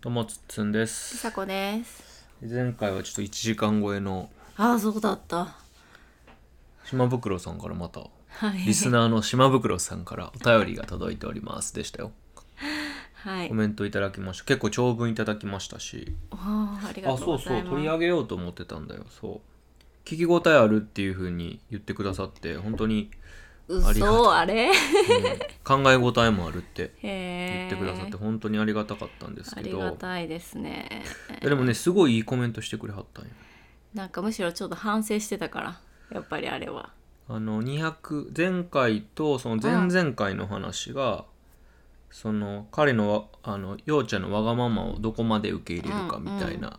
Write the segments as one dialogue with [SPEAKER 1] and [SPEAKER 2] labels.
[SPEAKER 1] どうもつっつんで
[SPEAKER 2] ち
[SPEAKER 1] す
[SPEAKER 2] さこです。
[SPEAKER 1] 前回はちょっと1時間超えの
[SPEAKER 2] ああ、そうだった。
[SPEAKER 1] 島袋さんからまた
[SPEAKER 2] はい。
[SPEAKER 1] リスナーの島袋さんからお便りが届いておりますでしたよ
[SPEAKER 2] はい
[SPEAKER 1] コ。メントいただきました結構長文いただきましたし
[SPEAKER 2] おーありが
[SPEAKER 1] あ
[SPEAKER 2] とう
[SPEAKER 1] そ
[SPEAKER 2] ご
[SPEAKER 1] うそ
[SPEAKER 2] ざ
[SPEAKER 1] う
[SPEAKER 2] います。
[SPEAKER 1] 取り上げようと思ってたんだよそう聞き応えあるっていう風に言ってくださって本当 に、ありがとう
[SPEAKER 2] 嘘あれ
[SPEAKER 1] うん考え応えもあるって言
[SPEAKER 2] へ
[SPEAKER 1] っ
[SPEAKER 2] え。
[SPEAKER 1] てくださって本当にありがたかったんです
[SPEAKER 2] あ
[SPEAKER 1] け
[SPEAKER 2] り
[SPEAKER 1] ど
[SPEAKER 2] がたいですね。
[SPEAKER 1] いやでもねすごいいいコメントしてくれはったんよ
[SPEAKER 2] なんかむしろちょっと反省してたから、やっぱりあれは。
[SPEAKER 1] あの200前回とその前々回の話が、その彼のわあの陽ちゃんのわがままをどこまで受け入れるかみたいな、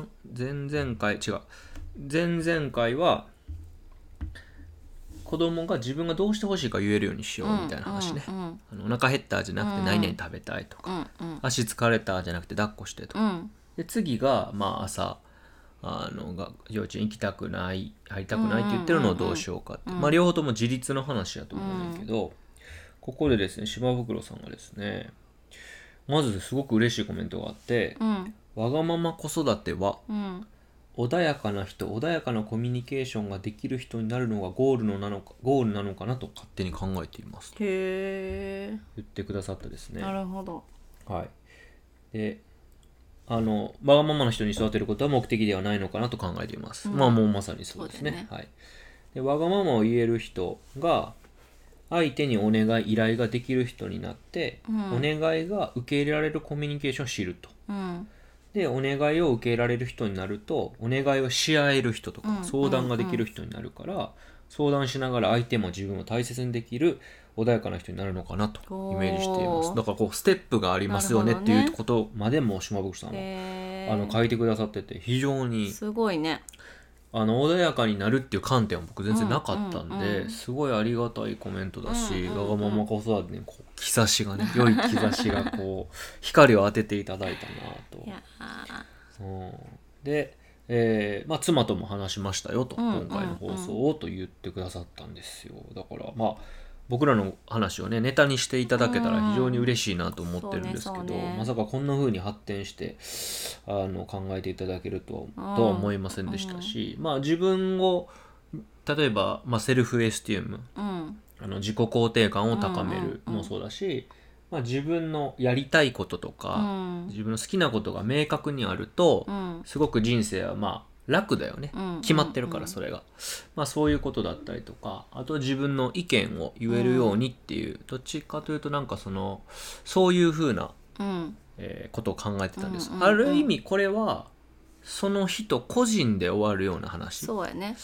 [SPEAKER 1] ん前々回違う前々回は子供が自分がどうしてほしいか言えるようにしようみたいな話ね、
[SPEAKER 2] うんうん
[SPEAKER 1] あのお腹減ったじゃなく
[SPEAKER 2] う
[SPEAKER 1] て
[SPEAKER 2] ん
[SPEAKER 1] 何々食べたいと
[SPEAKER 2] う
[SPEAKER 1] か、
[SPEAKER 2] んうん
[SPEAKER 1] 足疲れたじゃなくて抱っこしてとか
[SPEAKER 2] うん
[SPEAKER 1] で次が、まあ、朝あのが幼稚園行きたくない入りたくないって言ってるのをどうしようかって、
[SPEAKER 2] うんうんうん
[SPEAKER 1] まあ、両方とも自立の話やと思うんだけど、ここでですね島袋さんがですねまずすごく嬉しいコメントがあって
[SPEAKER 2] うん
[SPEAKER 1] 「わがまま子育ては
[SPEAKER 2] うん
[SPEAKER 1] 穏やかな人穏やかなコミュニケーションができる人になるのがゴールのなのかゴールなのかなと勝手に考えています」と
[SPEAKER 2] へ
[SPEAKER 1] 言ってくださったです
[SPEAKER 2] え。
[SPEAKER 1] ね。
[SPEAKER 2] なるほど。
[SPEAKER 1] はい。で、あの、わがままの人に育てることは目的ではないのかなと考えています。
[SPEAKER 2] うん
[SPEAKER 1] まあ、もうまさにそうですね。
[SPEAKER 2] そうだ
[SPEAKER 1] は
[SPEAKER 2] よ
[SPEAKER 1] い。で、わがままを言える人が、相手にお願い、依頼ができる人になって、
[SPEAKER 2] うん
[SPEAKER 1] お願いが受け入れられるコミュニケーションを知ると。
[SPEAKER 2] うん
[SPEAKER 1] で、お願いを受け入れられる人になると、お願いをし合える人とか、
[SPEAKER 2] うん
[SPEAKER 1] 相談ができる人になるから、相談しながら相手も自分を大切にできる穏やかな人になるのかなと
[SPEAKER 2] お
[SPEAKER 1] イ
[SPEAKER 2] ー
[SPEAKER 1] メージしていますだからこうステップがありますよね
[SPEAKER 2] な
[SPEAKER 1] っ
[SPEAKER 2] るほ
[SPEAKER 1] て
[SPEAKER 2] どね
[SPEAKER 1] いうことまでも島袋さんは、
[SPEAKER 2] へえ。
[SPEAKER 1] あの書いてくださってて非常に
[SPEAKER 2] すごいね。
[SPEAKER 1] あの穏やかになるっていう観点は僕全然なかったんで、
[SPEAKER 2] うんうんうん
[SPEAKER 1] すごいありがたいコメントだし、
[SPEAKER 2] うんうんうん
[SPEAKER 1] わがまま子育てにこう兆しがね良い兆しがこう光を当てていただいたなと。
[SPEAKER 2] いやー
[SPEAKER 1] うんで、えーまあ、妻とも話しましたよと、
[SPEAKER 2] うんうん
[SPEAKER 1] 今回の放送をと言ってくださったんですよだからまあ僕らの話をねネタにしていただけたら非常に嬉しいなと思ってるんですけど、
[SPEAKER 2] うんそうねそうね
[SPEAKER 1] まさかこんな風に発展してあの考えていただけると,、
[SPEAKER 2] うん
[SPEAKER 1] とは思いませんでしたし、まあ自分を例えば、まあ、セルフエスティウム
[SPEAKER 2] うん
[SPEAKER 1] あの自己肯定感を高める
[SPEAKER 2] うんうんうん
[SPEAKER 1] もそうだし、まあ、自分のやりたいことと
[SPEAKER 2] う
[SPEAKER 1] か、
[SPEAKER 2] ん
[SPEAKER 1] 自分の好きなことが明確にあると、
[SPEAKER 2] うん
[SPEAKER 1] すごく人生はまあ楽だよね、
[SPEAKER 2] うん
[SPEAKER 1] 決まってるか
[SPEAKER 2] う
[SPEAKER 1] ら
[SPEAKER 2] ん
[SPEAKER 1] それが、まあそういうことだったりとかあと自分の意見を言えるようにっていう、どっちかというとなんかそのそういうふうな、
[SPEAKER 2] うん
[SPEAKER 1] えーことを考えてたんです、
[SPEAKER 2] うんうんうん
[SPEAKER 1] ある意味これはその人個人で終わるような話
[SPEAKER 2] そうやね。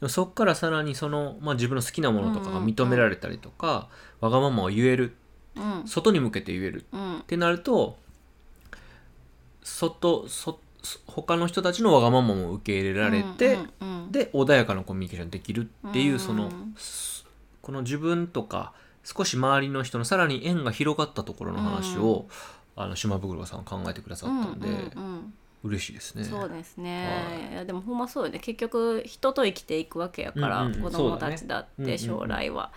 [SPEAKER 1] でもそっからさらにその、まあ、自分の好きなものとかが認められたりとか、わがままを言える
[SPEAKER 2] うん
[SPEAKER 1] 外に向けて言える
[SPEAKER 2] うん
[SPEAKER 1] ってなると外そ他の人たちのわがままも受け入れられて、
[SPEAKER 2] うんうんうん
[SPEAKER 1] で穏やかなコミュニケーションできるっていううんそのすこの自分とか少し周りの人のさらに縁が広がったところの話を、あの島袋さんは考えてくださったんで、
[SPEAKER 2] うんうん
[SPEAKER 1] 嬉しいです
[SPEAKER 2] う
[SPEAKER 1] ね。
[SPEAKER 2] ん、そうですね、
[SPEAKER 1] はい
[SPEAKER 2] い、やでもほんまそうよね結局人と生きていくわけやから、
[SPEAKER 1] うんうん
[SPEAKER 2] 子供たちだっ
[SPEAKER 1] そうだね
[SPEAKER 2] て将来は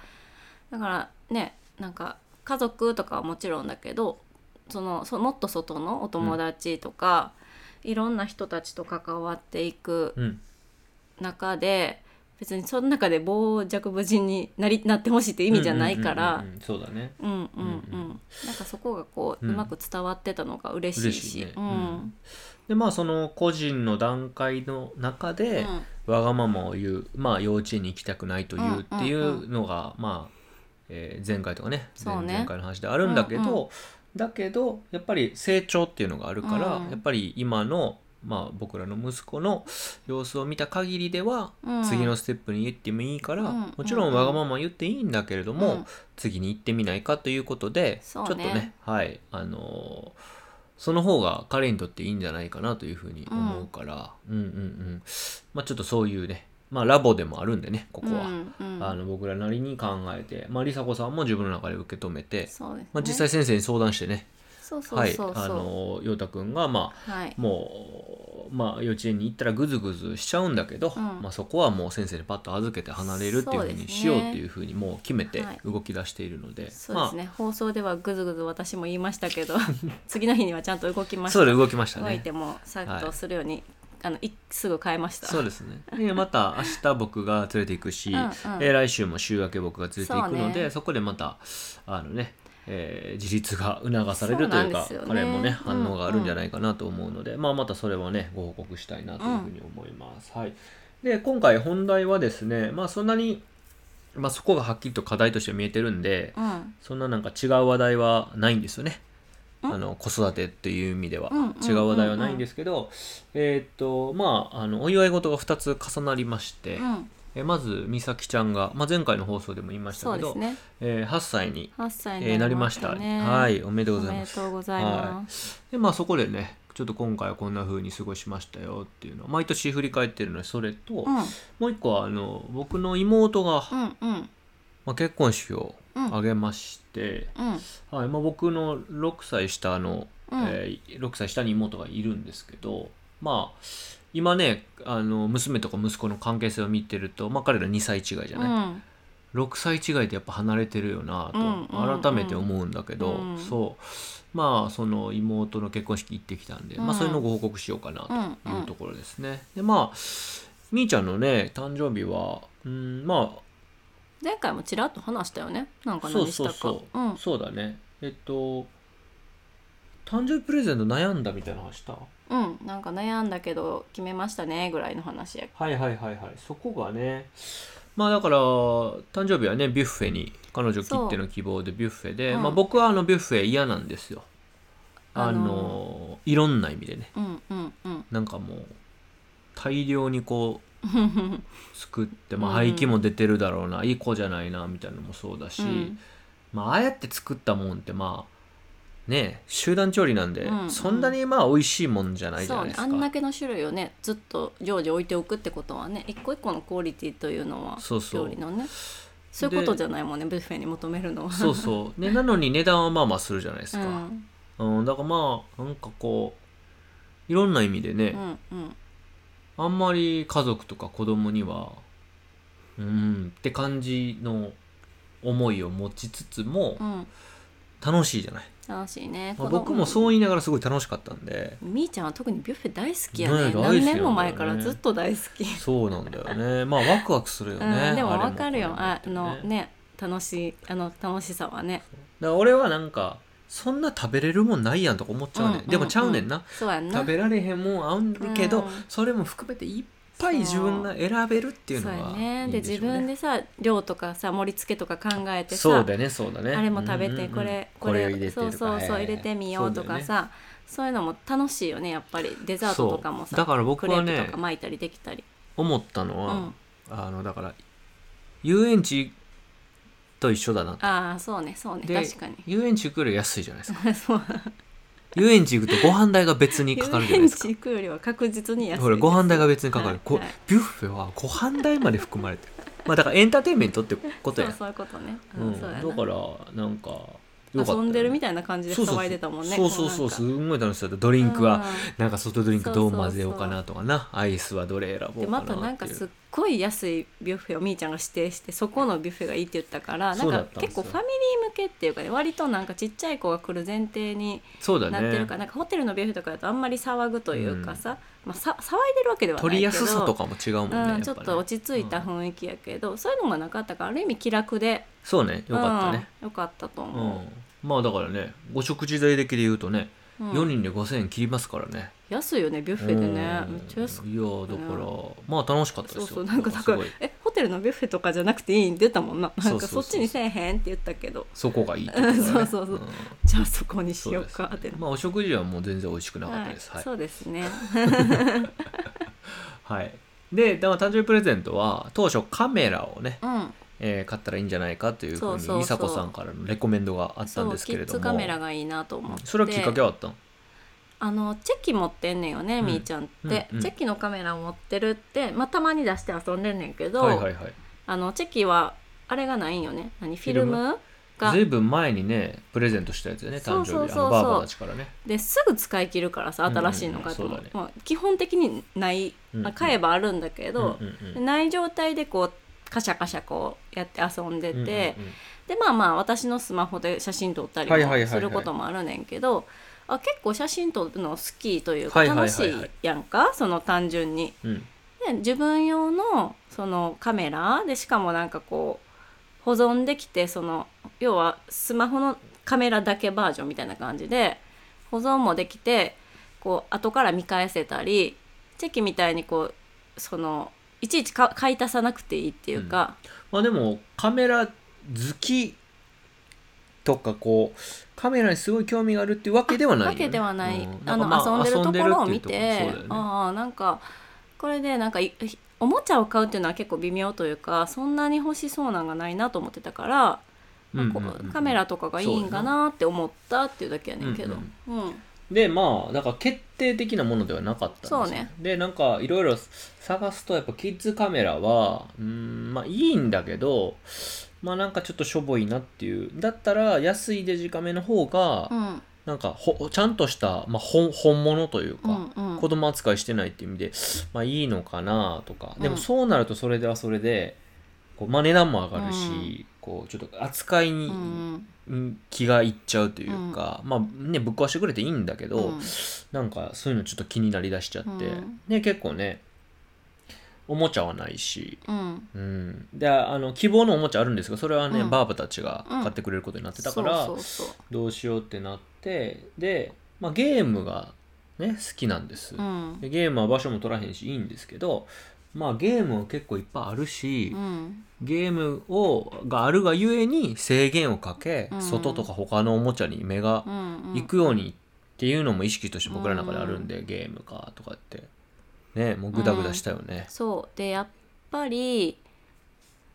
[SPEAKER 2] だ,、からねなんか家族とかはもちろんだけどそのそもっと外のお友達とか、いろんな人たちと関わっていく
[SPEAKER 1] うん
[SPEAKER 2] 中で別にその中で傍若無人になりなってほしいって意味じゃないから、
[SPEAKER 1] うんうんうんうんそうだね
[SPEAKER 2] うんうんうん
[SPEAKER 1] うんう
[SPEAKER 2] なんかそこがこう、
[SPEAKER 1] う
[SPEAKER 2] うんまく伝わってたのが嬉しいし
[SPEAKER 1] 嬉しいね
[SPEAKER 2] う
[SPEAKER 1] うん
[SPEAKER 2] ん
[SPEAKER 1] でまあその個人の段階の中で、わがままを言う、まあ、幼稚園に行きたくないと言うってい
[SPEAKER 2] んうん
[SPEAKER 1] ううのが、まあ、えー前回とかね
[SPEAKER 2] そうね
[SPEAKER 1] 前前回の話であるんだけど、
[SPEAKER 2] うんう
[SPEAKER 1] だけどやっぱり成長っていうのがあるから、
[SPEAKER 2] うん
[SPEAKER 1] やっぱり今の、まあ、僕らの息子の様子を見た限りでは、
[SPEAKER 2] うん
[SPEAKER 1] 次のステップに行ってもいいから、
[SPEAKER 2] うん
[SPEAKER 1] もちろんわがまま言っていいんだけれども、
[SPEAKER 2] うん
[SPEAKER 1] 次に行ってみないかということで、ち
[SPEAKER 2] そ
[SPEAKER 1] ょ
[SPEAKER 2] う
[SPEAKER 1] っ
[SPEAKER 2] ね
[SPEAKER 1] とねはいあのーその方が彼にとっていいんじゃないかなというふうに思うから、うん、うんうんまあちょっとそういうねまあラボでもあるんでねここは、
[SPEAKER 2] うんうん
[SPEAKER 1] あの僕らなりに考えてまあ梨紗子さんも自分の中で受け止めて、
[SPEAKER 2] そうですね、
[SPEAKER 1] まあ、実際先生に相談してね
[SPEAKER 2] そうそう
[SPEAKER 1] はい
[SPEAKER 2] そうそう
[SPEAKER 1] あの陽太くんがまあ
[SPEAKER 2] はい
[SPEAKER 1] もうまあ幼稚園に行ったらグズグズしちゃうんだけど、
[SPEAKER 2] うん
[SPEAKER 1] まあ、そこはもう先生にパッと預けて離れるっていうふう
[SPEAKER 2] そうです
[SPEAKER 1] に
[SPEAKER 2] ね
[SPEAKER 1] しようっていうふうにもう決めて
[SPEAKER 2] はい
[SPEAKER 1] 動き出しているので、
[SPEAKER 2] そうですね、放送ではぐずぐず私も言いまし たけど次の日にはちゃんと動き
[SPEAKER 1] ま
[SPEAKER 2] ま
[SPEAKER 1] あ
[SPEAKER 2] した
[SPEAKER 1] そうで動きました
[SPEAKER 2] 動い
[SPEAKER 1] ね
[SPEAKER 2] てもさっとするように、あのいすぐ変えました
[SPEAKER 1] そうですねでまた明日僕が連れて行くし、
[SPEAKER 2] うんうん
[SPEAKER 1] えー来週も週明け僕が連れて行くの
[SPEAKER 2] そ
[SPEAKER 1] で
[SPEAKER 2] う
[SPEAKER 1] そ,、
[SPEAKER 2] ね
[SPEAKER 1] こでまたあのね、えー自立が促されるというか
[SPEAKER 2] そうなんですよね
[SPEAKER 1] 彼もね
[SPEAKER 2] うん
[SPEAKER 1] 反応があるんじゃないかなと思うので、まあ、またそれはねご報告したいなというふうに思います、はい、で今回本題はですね、まあ、そんなに、まあ、そこがはっきりと課題として見えてるんで
[SPEAKER 2] うん
[SPEAKER 1] そんななんか違う話題はないんですよね
[SPEAKER 2] うん
[SPEAKER 1] あの子育てっていう意味では
[SPEAKER 2] うんうん
[SPEAKER 1] 違う話題はないんですけどえーっとまああのお祝い事が2つ重なりまして、
[SPEAKER 2] うん
[SPEAKER 1] えーまず美咲ちゃんが、まあ、前回の放送でも言いまし
[SPEAKER 2] そ
[SPEAKER 1] た
[SPEAKER 2] う
[SPEAKER 1] け
[SPEAKER 2] で
[SPEAKER 1] ど、
[SPEAKER 2] すね
[SPEAKER 1] えー8歳に、
[SPEAKER 2] 8歳
[SPEAKER 1] えー
[SPEAKER 2] に
[SPEAKER 1] な
[SPEAKER 2] な
[SPEAKER 1] り
[SPEAKER 2] り
[SPEAKER 1] ま
[SPEAKER 2] ま
[SPEAKER 1] し
[SPEAKER 2] したたね、
[SPEAKER 1] はいおめでとう
[SPEAKER 2] お
[SPEAKER 1] ござい
[SPEAKER 2] め
[SPEAKER 1] ま
[SPEAKER 2] ですとうございます、
[SPEAKER 1] はい、でまあそこでねちょっと今回はこんな風に過ごしましたよっていうのを毎年振り返ってるのでそれと、もう一個はあの僕の妹が、
[SPEAKER 2] うんうんうん
[SPEAKER 1] まあ、結婚式を
[SPEAKER 2] うん
[SPEAKER 1] 挙げまして、
[SPEAKER 2] うん
[SPEAKER 1] はいまあ、僕の6歳下の、
[SPEAKER 2] うん
[SPEAKER 1] えー6歳下に妹がいるんですけどまあ今ねあの娘とか息子の関係性を見てると、まあ、彼ら2歳違いじゃ
[SPEAKER 2] う
[SPEAKER 1] ない、
[SPEAKER 2] ん
[SPEAKER 1] 6歳違いってやっぱ離れてるよな
[SPEAKER 2] うんうんう
[SPEAKER 1] と
[SPEAKER 2] ん
[SPEAKER 1] 改めて思うんだけど、
[SPEAKER 2] うん
[SPEAKER 1] そうまあその妹の結婚式行ってきたんで、ま
[SPEAKER 2] う
[SPEAKER 1] あ
[SPEAKER 2] ん
[SPEAKER 1] それのご報告しようかなと
[SPEAKER 2] うん
[SPEAKER 1] いううんところですね。でまあみーちゃんのね誕生日はうんま
[SPEAKER 2] 前回もちらっと話したよねなん
[SPEAKER 1] あ
[SPEAKER 2] か
[SPEAKER 1] そう
[SPEAKER 2] 何し
[SPEAKER 1] そ
[SPEAKER 2] た
[SPEAKER 1] う
[SPEAKER 2] か
[SPEAKER 1] そう、
[SPEAKER 2] うん
[SPEAKER 1] そうだねえっと誕生日プレゼント悩んだみたいな話した
[SPEAKER 2] うん、なんか悩んだけど決めましたねぐらいの話や
[SPEAKER 1] はいはいはいはいそこがねまあだから誕生日はねビュッフェに彼女切っての希望でビュッフェで、
[SPEAKER 2] うん
[SPEAKER 1] まあ、僕はあのビュッフェ嫌なんですよあ
[SPEAKER 2] あ
[SPEAKER 1] のいろんな意味でね
[SPEAKER 2] うんうんうん
[SPEAKER 1] なんかもう大量にこう作って、まあ、
[SPEAKER 2] うん
[SPEAKER 1] 廃棄も出てるだろうな、いい子じゃないなみたいなのもそうだし、
[SPEAKER 2] うん
[SPEAKER 1] まあああやって作ったもんってまあねえ集団調理なんで、
[SPEAKER 2] うん
[SPEAKER 1] そんなにまあ美味しいもんじゃないじゃ
[SPEAKER 2] そ
[SPEAKER 1] な
[SPEAKER 2] う
[SPEAKER 1] い
[SPEAKER 2] ね
[SPEAKER 1] です
[SPEAKER 2] あ
[SPEAKER 1] か。
[SPEAKER 2] んだけの種類をねずっと常時置いておくってことはね一個一個のクオリティというのは
[SPEAKER 1] そうそう
[SPEAKER 2] 料理のねそういうことじゃないもんねビュッフェに求めるのは。
[SPEAKER 1] そうそう、ね、なのに値段はまあまあするじゃないですか、
[SPEAKER 2] うん
[SPEAKER 1] うん、だからまあなんかこういろんな意味でね
[SPEAKER 2] う、んうん
[SPEAKER 1] あんまり家族とか子供にはうんって感じの思いを持ちつつも
[SPEAKER 2] うん
[SPEAKER 1] 楽しいじゃない、
[SPEAKER 2] 楽しいね、
[SPEAKER 1] まあ、僕もそう
[SPEAKER 2] う
[SPEAKER 1] 言いながらすごい楽しかったんで
[SPEAKER 2] みーちゃんは特にビュッフェ大好きやね
[SPEAKER 1] ね大好きなんだよね
[SPEAKER 2] 何年も前からずっと大好き、
[SPEAKER 1] そうなんだよねまあワクワクするよね、
[SPEAKER 2] うん、でも
[SPEAKER 1] あれ
[SPEAKER 2] わかるよ
[SPEAKER 1] これも
[SPEAKER 2] あのね楽しいあの楽しさはね
[SPEAKER 1] だから俺はなんかそんな食べれるもんないやんとか思っちゃうね、
[SPEAKER 2] うんうん
[SPEAKER 1] でもちゃうねんな
[SPEAKER 2] そうやんな
[SPEAKER 1] 食べられへんもんあんるけど、
[SPEAKER 2] うん
[SPEAKER 1] それも含めていっぱい自分が選べるっていうのが
[SPEAKER 2] そうやねで
[SPEAKER 1] いいんし
[SPEAKER 2] 自
[SPEAKER 1] ょうね
[SPEAKER 2] 分でさ量とかさ盛り付けとか考えてさ
[SPEAKER 1] そうだねそうだね
[SPEAKER 2] あれも食べて、
[SPEAKER 1] うんうんうん
[SPEAKER 2] これ
[SPEAKER 1] これを入れてと
[SPEAKER 2] そ
[SPEAKER 1] か
[SPEAKER 2] うそうそう
[SPEAKER 1] はい
[SPEAKER 2] 入れてみようと
[SPEAKER 1] そ
[SPEAKER 2] か
[SPEAKER 1] だよね
[SPEAKER 2] さそう,、いうのも楽しいよねやっぱりデザートとかも
[SPEAKER 1] そ
[SPEAKER 2] さ
[SPEAKER 1] うだから僕は
[SPEAKER 2] クレープ
[SPEAKER 1] ね
[SPEAKER 2] とか巻いたりできたり
[SPEAKER 1] 思ったのは、
[SPEAKER 2] うん
[SPEAKER 1] あのだから遊園地と一緒だなと
[SPEAKER 2] ああそうねそうね
[SPEAKER 1] で
[SPEAKER 2] 確かに
[SPEAKER 1] 遊園地行くより安いじゃないですか
[SPEAKER 2] そう
[SPEAKER 1] 遊園地行くとご飯代が別にかかるじゃない ですか
[SPEAKER 2] 遊園地行くよりは確実に安い
[SPEAKER 1] ほらご飯代が別にかかる、
[SPEAKER 2] はい
[SPEAKER 1] こう
[SPEAKER 2] はい
[SPEAKER 1] ビュッフェはご飯代まで含まれて るまあだからエンターテインメントってこと
[SPEAKER 2] そ
[SPEAKER 1] や
[SPEAKER 2] うそういうことね、
[SPEAKER 1] う
[SPEAKER 2] うんん
[SPEAKER 1] だ
[SPEAKER 2] そう
[SPEAKER 1] か
[SPEAKER 2] や
[SPEAKER 1] ら
[SPEAKER 2] な
[SPEAKER 1] なんかよかったよね
[SPEAKER 2] 遊んでるみたいな感じで
[SPEAKER 1] そうそう
[SPEAKER 2] 騒いでたもんね
[SPEAKER 1] そうそうそうすんごい楽しかったドリンクは、なんかソフトドリンクどう混ぜようかなとかなアイスはどれ選ぼ
[SPEAKER 2] で
[SPEAKER 1] うかな
[SPEAKER 2] ま
[SPEAKER 1] ってい
[SPEAKER 2] た
[SPEAKER 1] う
[SPEAKER 2] なんかすっごい安いビュッフェをみーちゃんが指定してそこのビュッフェがいいって言ったからな
[SPEAKER 1] そ
[SPEAKER 2] ん
[SPEAKER 1] うだ
[SPEAKER 2] か
[SPEAKER 1] ったんです
[SPEAKER 2] 結
[SPEAKER 1] よ
[SPEAKER 2] 構ファミリー向けっていうかね割となんかちっちゃい子が来る前提に
[SPEAKER 1] そうだ
[SPEAKER 2] なって
[SPEAKER 1] ね
[SPEAKER 2] るから、なんかホテルのビュッフェとかだとあんまり騒ぐというかさ、まあ、さ騒いでるわけではないけど
[SPEAKER 1] 取りやすさとかも違うもんね、や
[SPEAKER 2] う
[SPEAKER 1] ぱ
[SPEAKER 2] ん、
[SPEAKER 1] ね
[SPEAKER 2] ちょっと落ち着いた雰囲気やけど、そういうのがなかったからある意味気楽で
[SPEAKER 1] そうねよかったね、、
[SPEAKER 2] うん、よかったと
[SPEAKER 1] う
[SPEAKER 2] 思
[SPEAKER 1] んまあだからねお食事代的で言うとね、
[SPEAKER 2] う、うん
[SPEAKER 1] 4人で5000円切りますからね
[SPEAKER 2] 安いよねビュッフェでね
[SPEAKER 1] うん
[SPEAKER 2] めっちゃ安く
[SPEAKER 1] いやだから、まあ楽しかったです
[SPEAKER 2] そ
[SPEAKER 1] よ
[SPEAKER 2] うそうなんかだから
[SPEAKER 1] すごい
[SPEAKER 2] えホテルのビュッフェとかじゃなくていいん出たもんななんか
[SPEAKER 1] そ
[SPEAKER 2] そう
[SPEAKER 1] そうそう
[SPEAKER 2] っちにせえへんって言ったけど
[SPEAKER 1] そこがいいってことだね
[SPEAKER 2] そうそうそうんじゃあそこにし
[SPEAKER 1] そう
[SPEAKER 2] よう
[SPEAKER 1] です
[SPEAKER 2] かって
[SPEAKER 1] ねまあお食事はもう全然美味しくなかった
[SPEAKER 2] はい
[SPEAKER 1] ですはい、
[SPEAKER 2] そうですね
[SPEAKER 1] はい、でだから誕生日プレゼントは当初カメラをね、
[SPEAKER 2] うん
[SPEAKER 1] えー買ったらいいんじゃないかというふう
[SPEAKER 2] そう
[SPEAKER 1] に
[SPEAKER 2] そうそう
[SPEAKER 1] 美佐子さんからのレコメンドがあったん
[SPEAKER 2] そう
[SPEAKER 1] です
[SPEAKER 2] キ
[SPEAKER 1] けれ
[SPEAKER 2] ッ
[SPEAKER 1] ども
[SPEAKER 2] ズカメラがいいなと思って
[SPEAKER 1] それはきっかけはあったの
[SPEAKER 2] あのチェキ持ってんねんよね、
[SPEAKER 1] うん
[SPEAKER 2] みーちゃんって、
[SPEAKER 1] うんうん
[SPEAKER 2] チェキのカメラを持ってるって、まあ、たまに出して遊んでんねんけど、
[SPEAKER 1] はいはいはい
[SPEAKER 2] あのチェキはあれがないんよね何フィル
[SPEAKER 1] フィ
[SPEAKER 2] ム果
[SPEAKER 1] ずいぶん前にねプレゼントしたやつよね誕生日
[SPEAKER 2] そうそうそうそ
[SPEAKER 1] あ
[SPEAKER 2] う
[SPEAKER 1] のバーバーたちからね
[SPEAKER 2] ですぐ使い切るからさ新しいの買っても、
[SPEAKER 1] うんうんそうだね
[SPEAKER 2] まあ基本的にない、
[SPEAKER 1] うんうん
[SPEAKER 2] 買えばあるんだけど、
[SPEAKER 1] うんうんうん
[SPEAKER 2] ない状態でこうカシャカシャこうやって遊んでて、
[SPEAKER 1] うんうんうん
[SPEAKER 2] でまあまあ私のスマホで写真撮ったりも
[SPEAKER 1] はいはいはいはい
[SPEAKER 2] することもあるねんけど、あ結構写真撮るの好きというか
[SPEAKER 1] はいはいは
[SPEAKER 2] 楽
[SPEAKER 1] い
[SPEAKER 2] し
[SPEAKER 1] はい
[SPEAKER 2] いやんか、その単純に。
[SPEAKER 1] うん
[SPEAKER 2] で自分用のそのカメラでしかもなんかこう保存できてその要はスマホのカメラだけバージョンみたいな感じで保存もできてこう後から見返せたりチェキみたいにこうそのいちいちか買い足さなくていいっていうか、
[SPEAKER 1] まあでもカメラ好きとかこうカメラにすごい興味があるっていうわけではないよ
[SPEAKER 2] わ
[SPEAKER 1] ね、
[SPEAKER 2] けではない、
[SPEAKER 1] うん
[SPEAKER 2] あの
[SPEAKER 1] なんかまあ
[SPEAKER 2] 遊んでるところを見て
[SPEAKER 1] 遊んでるっていうところそうだよね
[SPEAKER 2] ああなんかこれでなんかいおもちゃを買うっていうのは結構微妙というかそんなに欲しそうなんがないなと思ってたから
[SPEAKER 1] うんうんうん
[SPEAKER 2] まあこうカメラとかがいいんかなって思ったっていうだけやねんけど、うん
[SPEAKER 1] でまあだから決定的なものではなかったんですよ
[SPEAKER 2] そうね
[SPEAKER 1] でなんかいろいろ探すとやっぱキッズカメラはうーんまあいいんだけどまあなんかちょっとしょぼいなっていうだったら安いデジカメの方が
[SPEAKER 2] うんうん
[SPEAKER 1] なんかほちゃんとした、まあ、本本物というか、
[SPEAKER 2] うん
[SPEAKER 1] 子供扱いしてないっていう意味で、まあ、いいのかなとか
[SPEAKER 2] うん
[SPEAKER 1] でもそうなるとそれではそれでこう、まあ、値段も上がるし、
[SPEAKER 2] うん
[SPEAKER 1] こうちょっと扱いに、
[SPEAKER 2] うん
[SPEAKER 1] うん気がいっちゃうというか、まあねぶっ壊してくれていいんだけど、
[SPEAKER 2] うん
[SPEAKER 1] なんかそういうのちょっと気になりだしちゃって、
[SPEAKER 2] うん
[SPEAKER 1] で結構ねおもちゃはないし、
[SPEAKER 2] うん
[SPEAKER 1] うん、であの希望のおもちゃあるんですがそれはね、
[SPEAKER 2] うん
[SPEAKER 1] バーバたちが買ってくれることになってたから、
[SPEAKER 2] そうそうそ
[SPEAKER 1] どうしようってなってで、まあ、ゲームがね好きなんです、
[SPEAKER 2] ううん
[SPEAKER 1] でゲームは場所も取らへんしいいんですけどまあゲームは結構いっぱいあるし、
[SPEAKER 2] うん
[SPEAKER 1] ゲームをがあるがゆえに制限をかけ、
[SPEAKER 2] うん
[SPEAKER 1] 外とか他のおもちゃに目が
[SPEAKER 2] うん
[SPEAKER 1] 行くようにっていうのも意識として僕らの中であるんで、ゲームかとかってねもうグダグダしたよね、
[SPEAKER 2] そうでやっぱり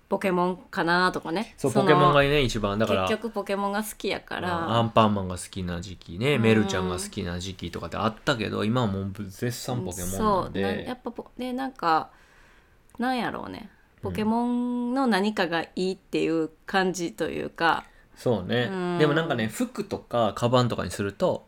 [SPEAKER 2] ポケモンかなとかね
[SPEAKER 1] そう
[SPEAKER 2] の
[SPEAKER 1] ポケモンがね一番だから
[SPEAKER 2] 結局ポケモンが好きやか
[SPEAKER 1] うんア
[SPEAKER 2] ら
[SPEAKER 1] ンパンマンが好きな時期ね、
[SPEAKER 2] うん
[SPEAKER 1] メルちゃんが好きな時期とかってあったけど今はもう絶賛ポケモンなんで
[SPEAKER 2] そうなやっぱポでなんかなんやろうねポケモンの何かがいいっていう感じというか、
[SPEAKER 1] そうね、
[SPEAKER 2] うん
[SPEAKER 1] でもなんかね服とかカバンとかにすると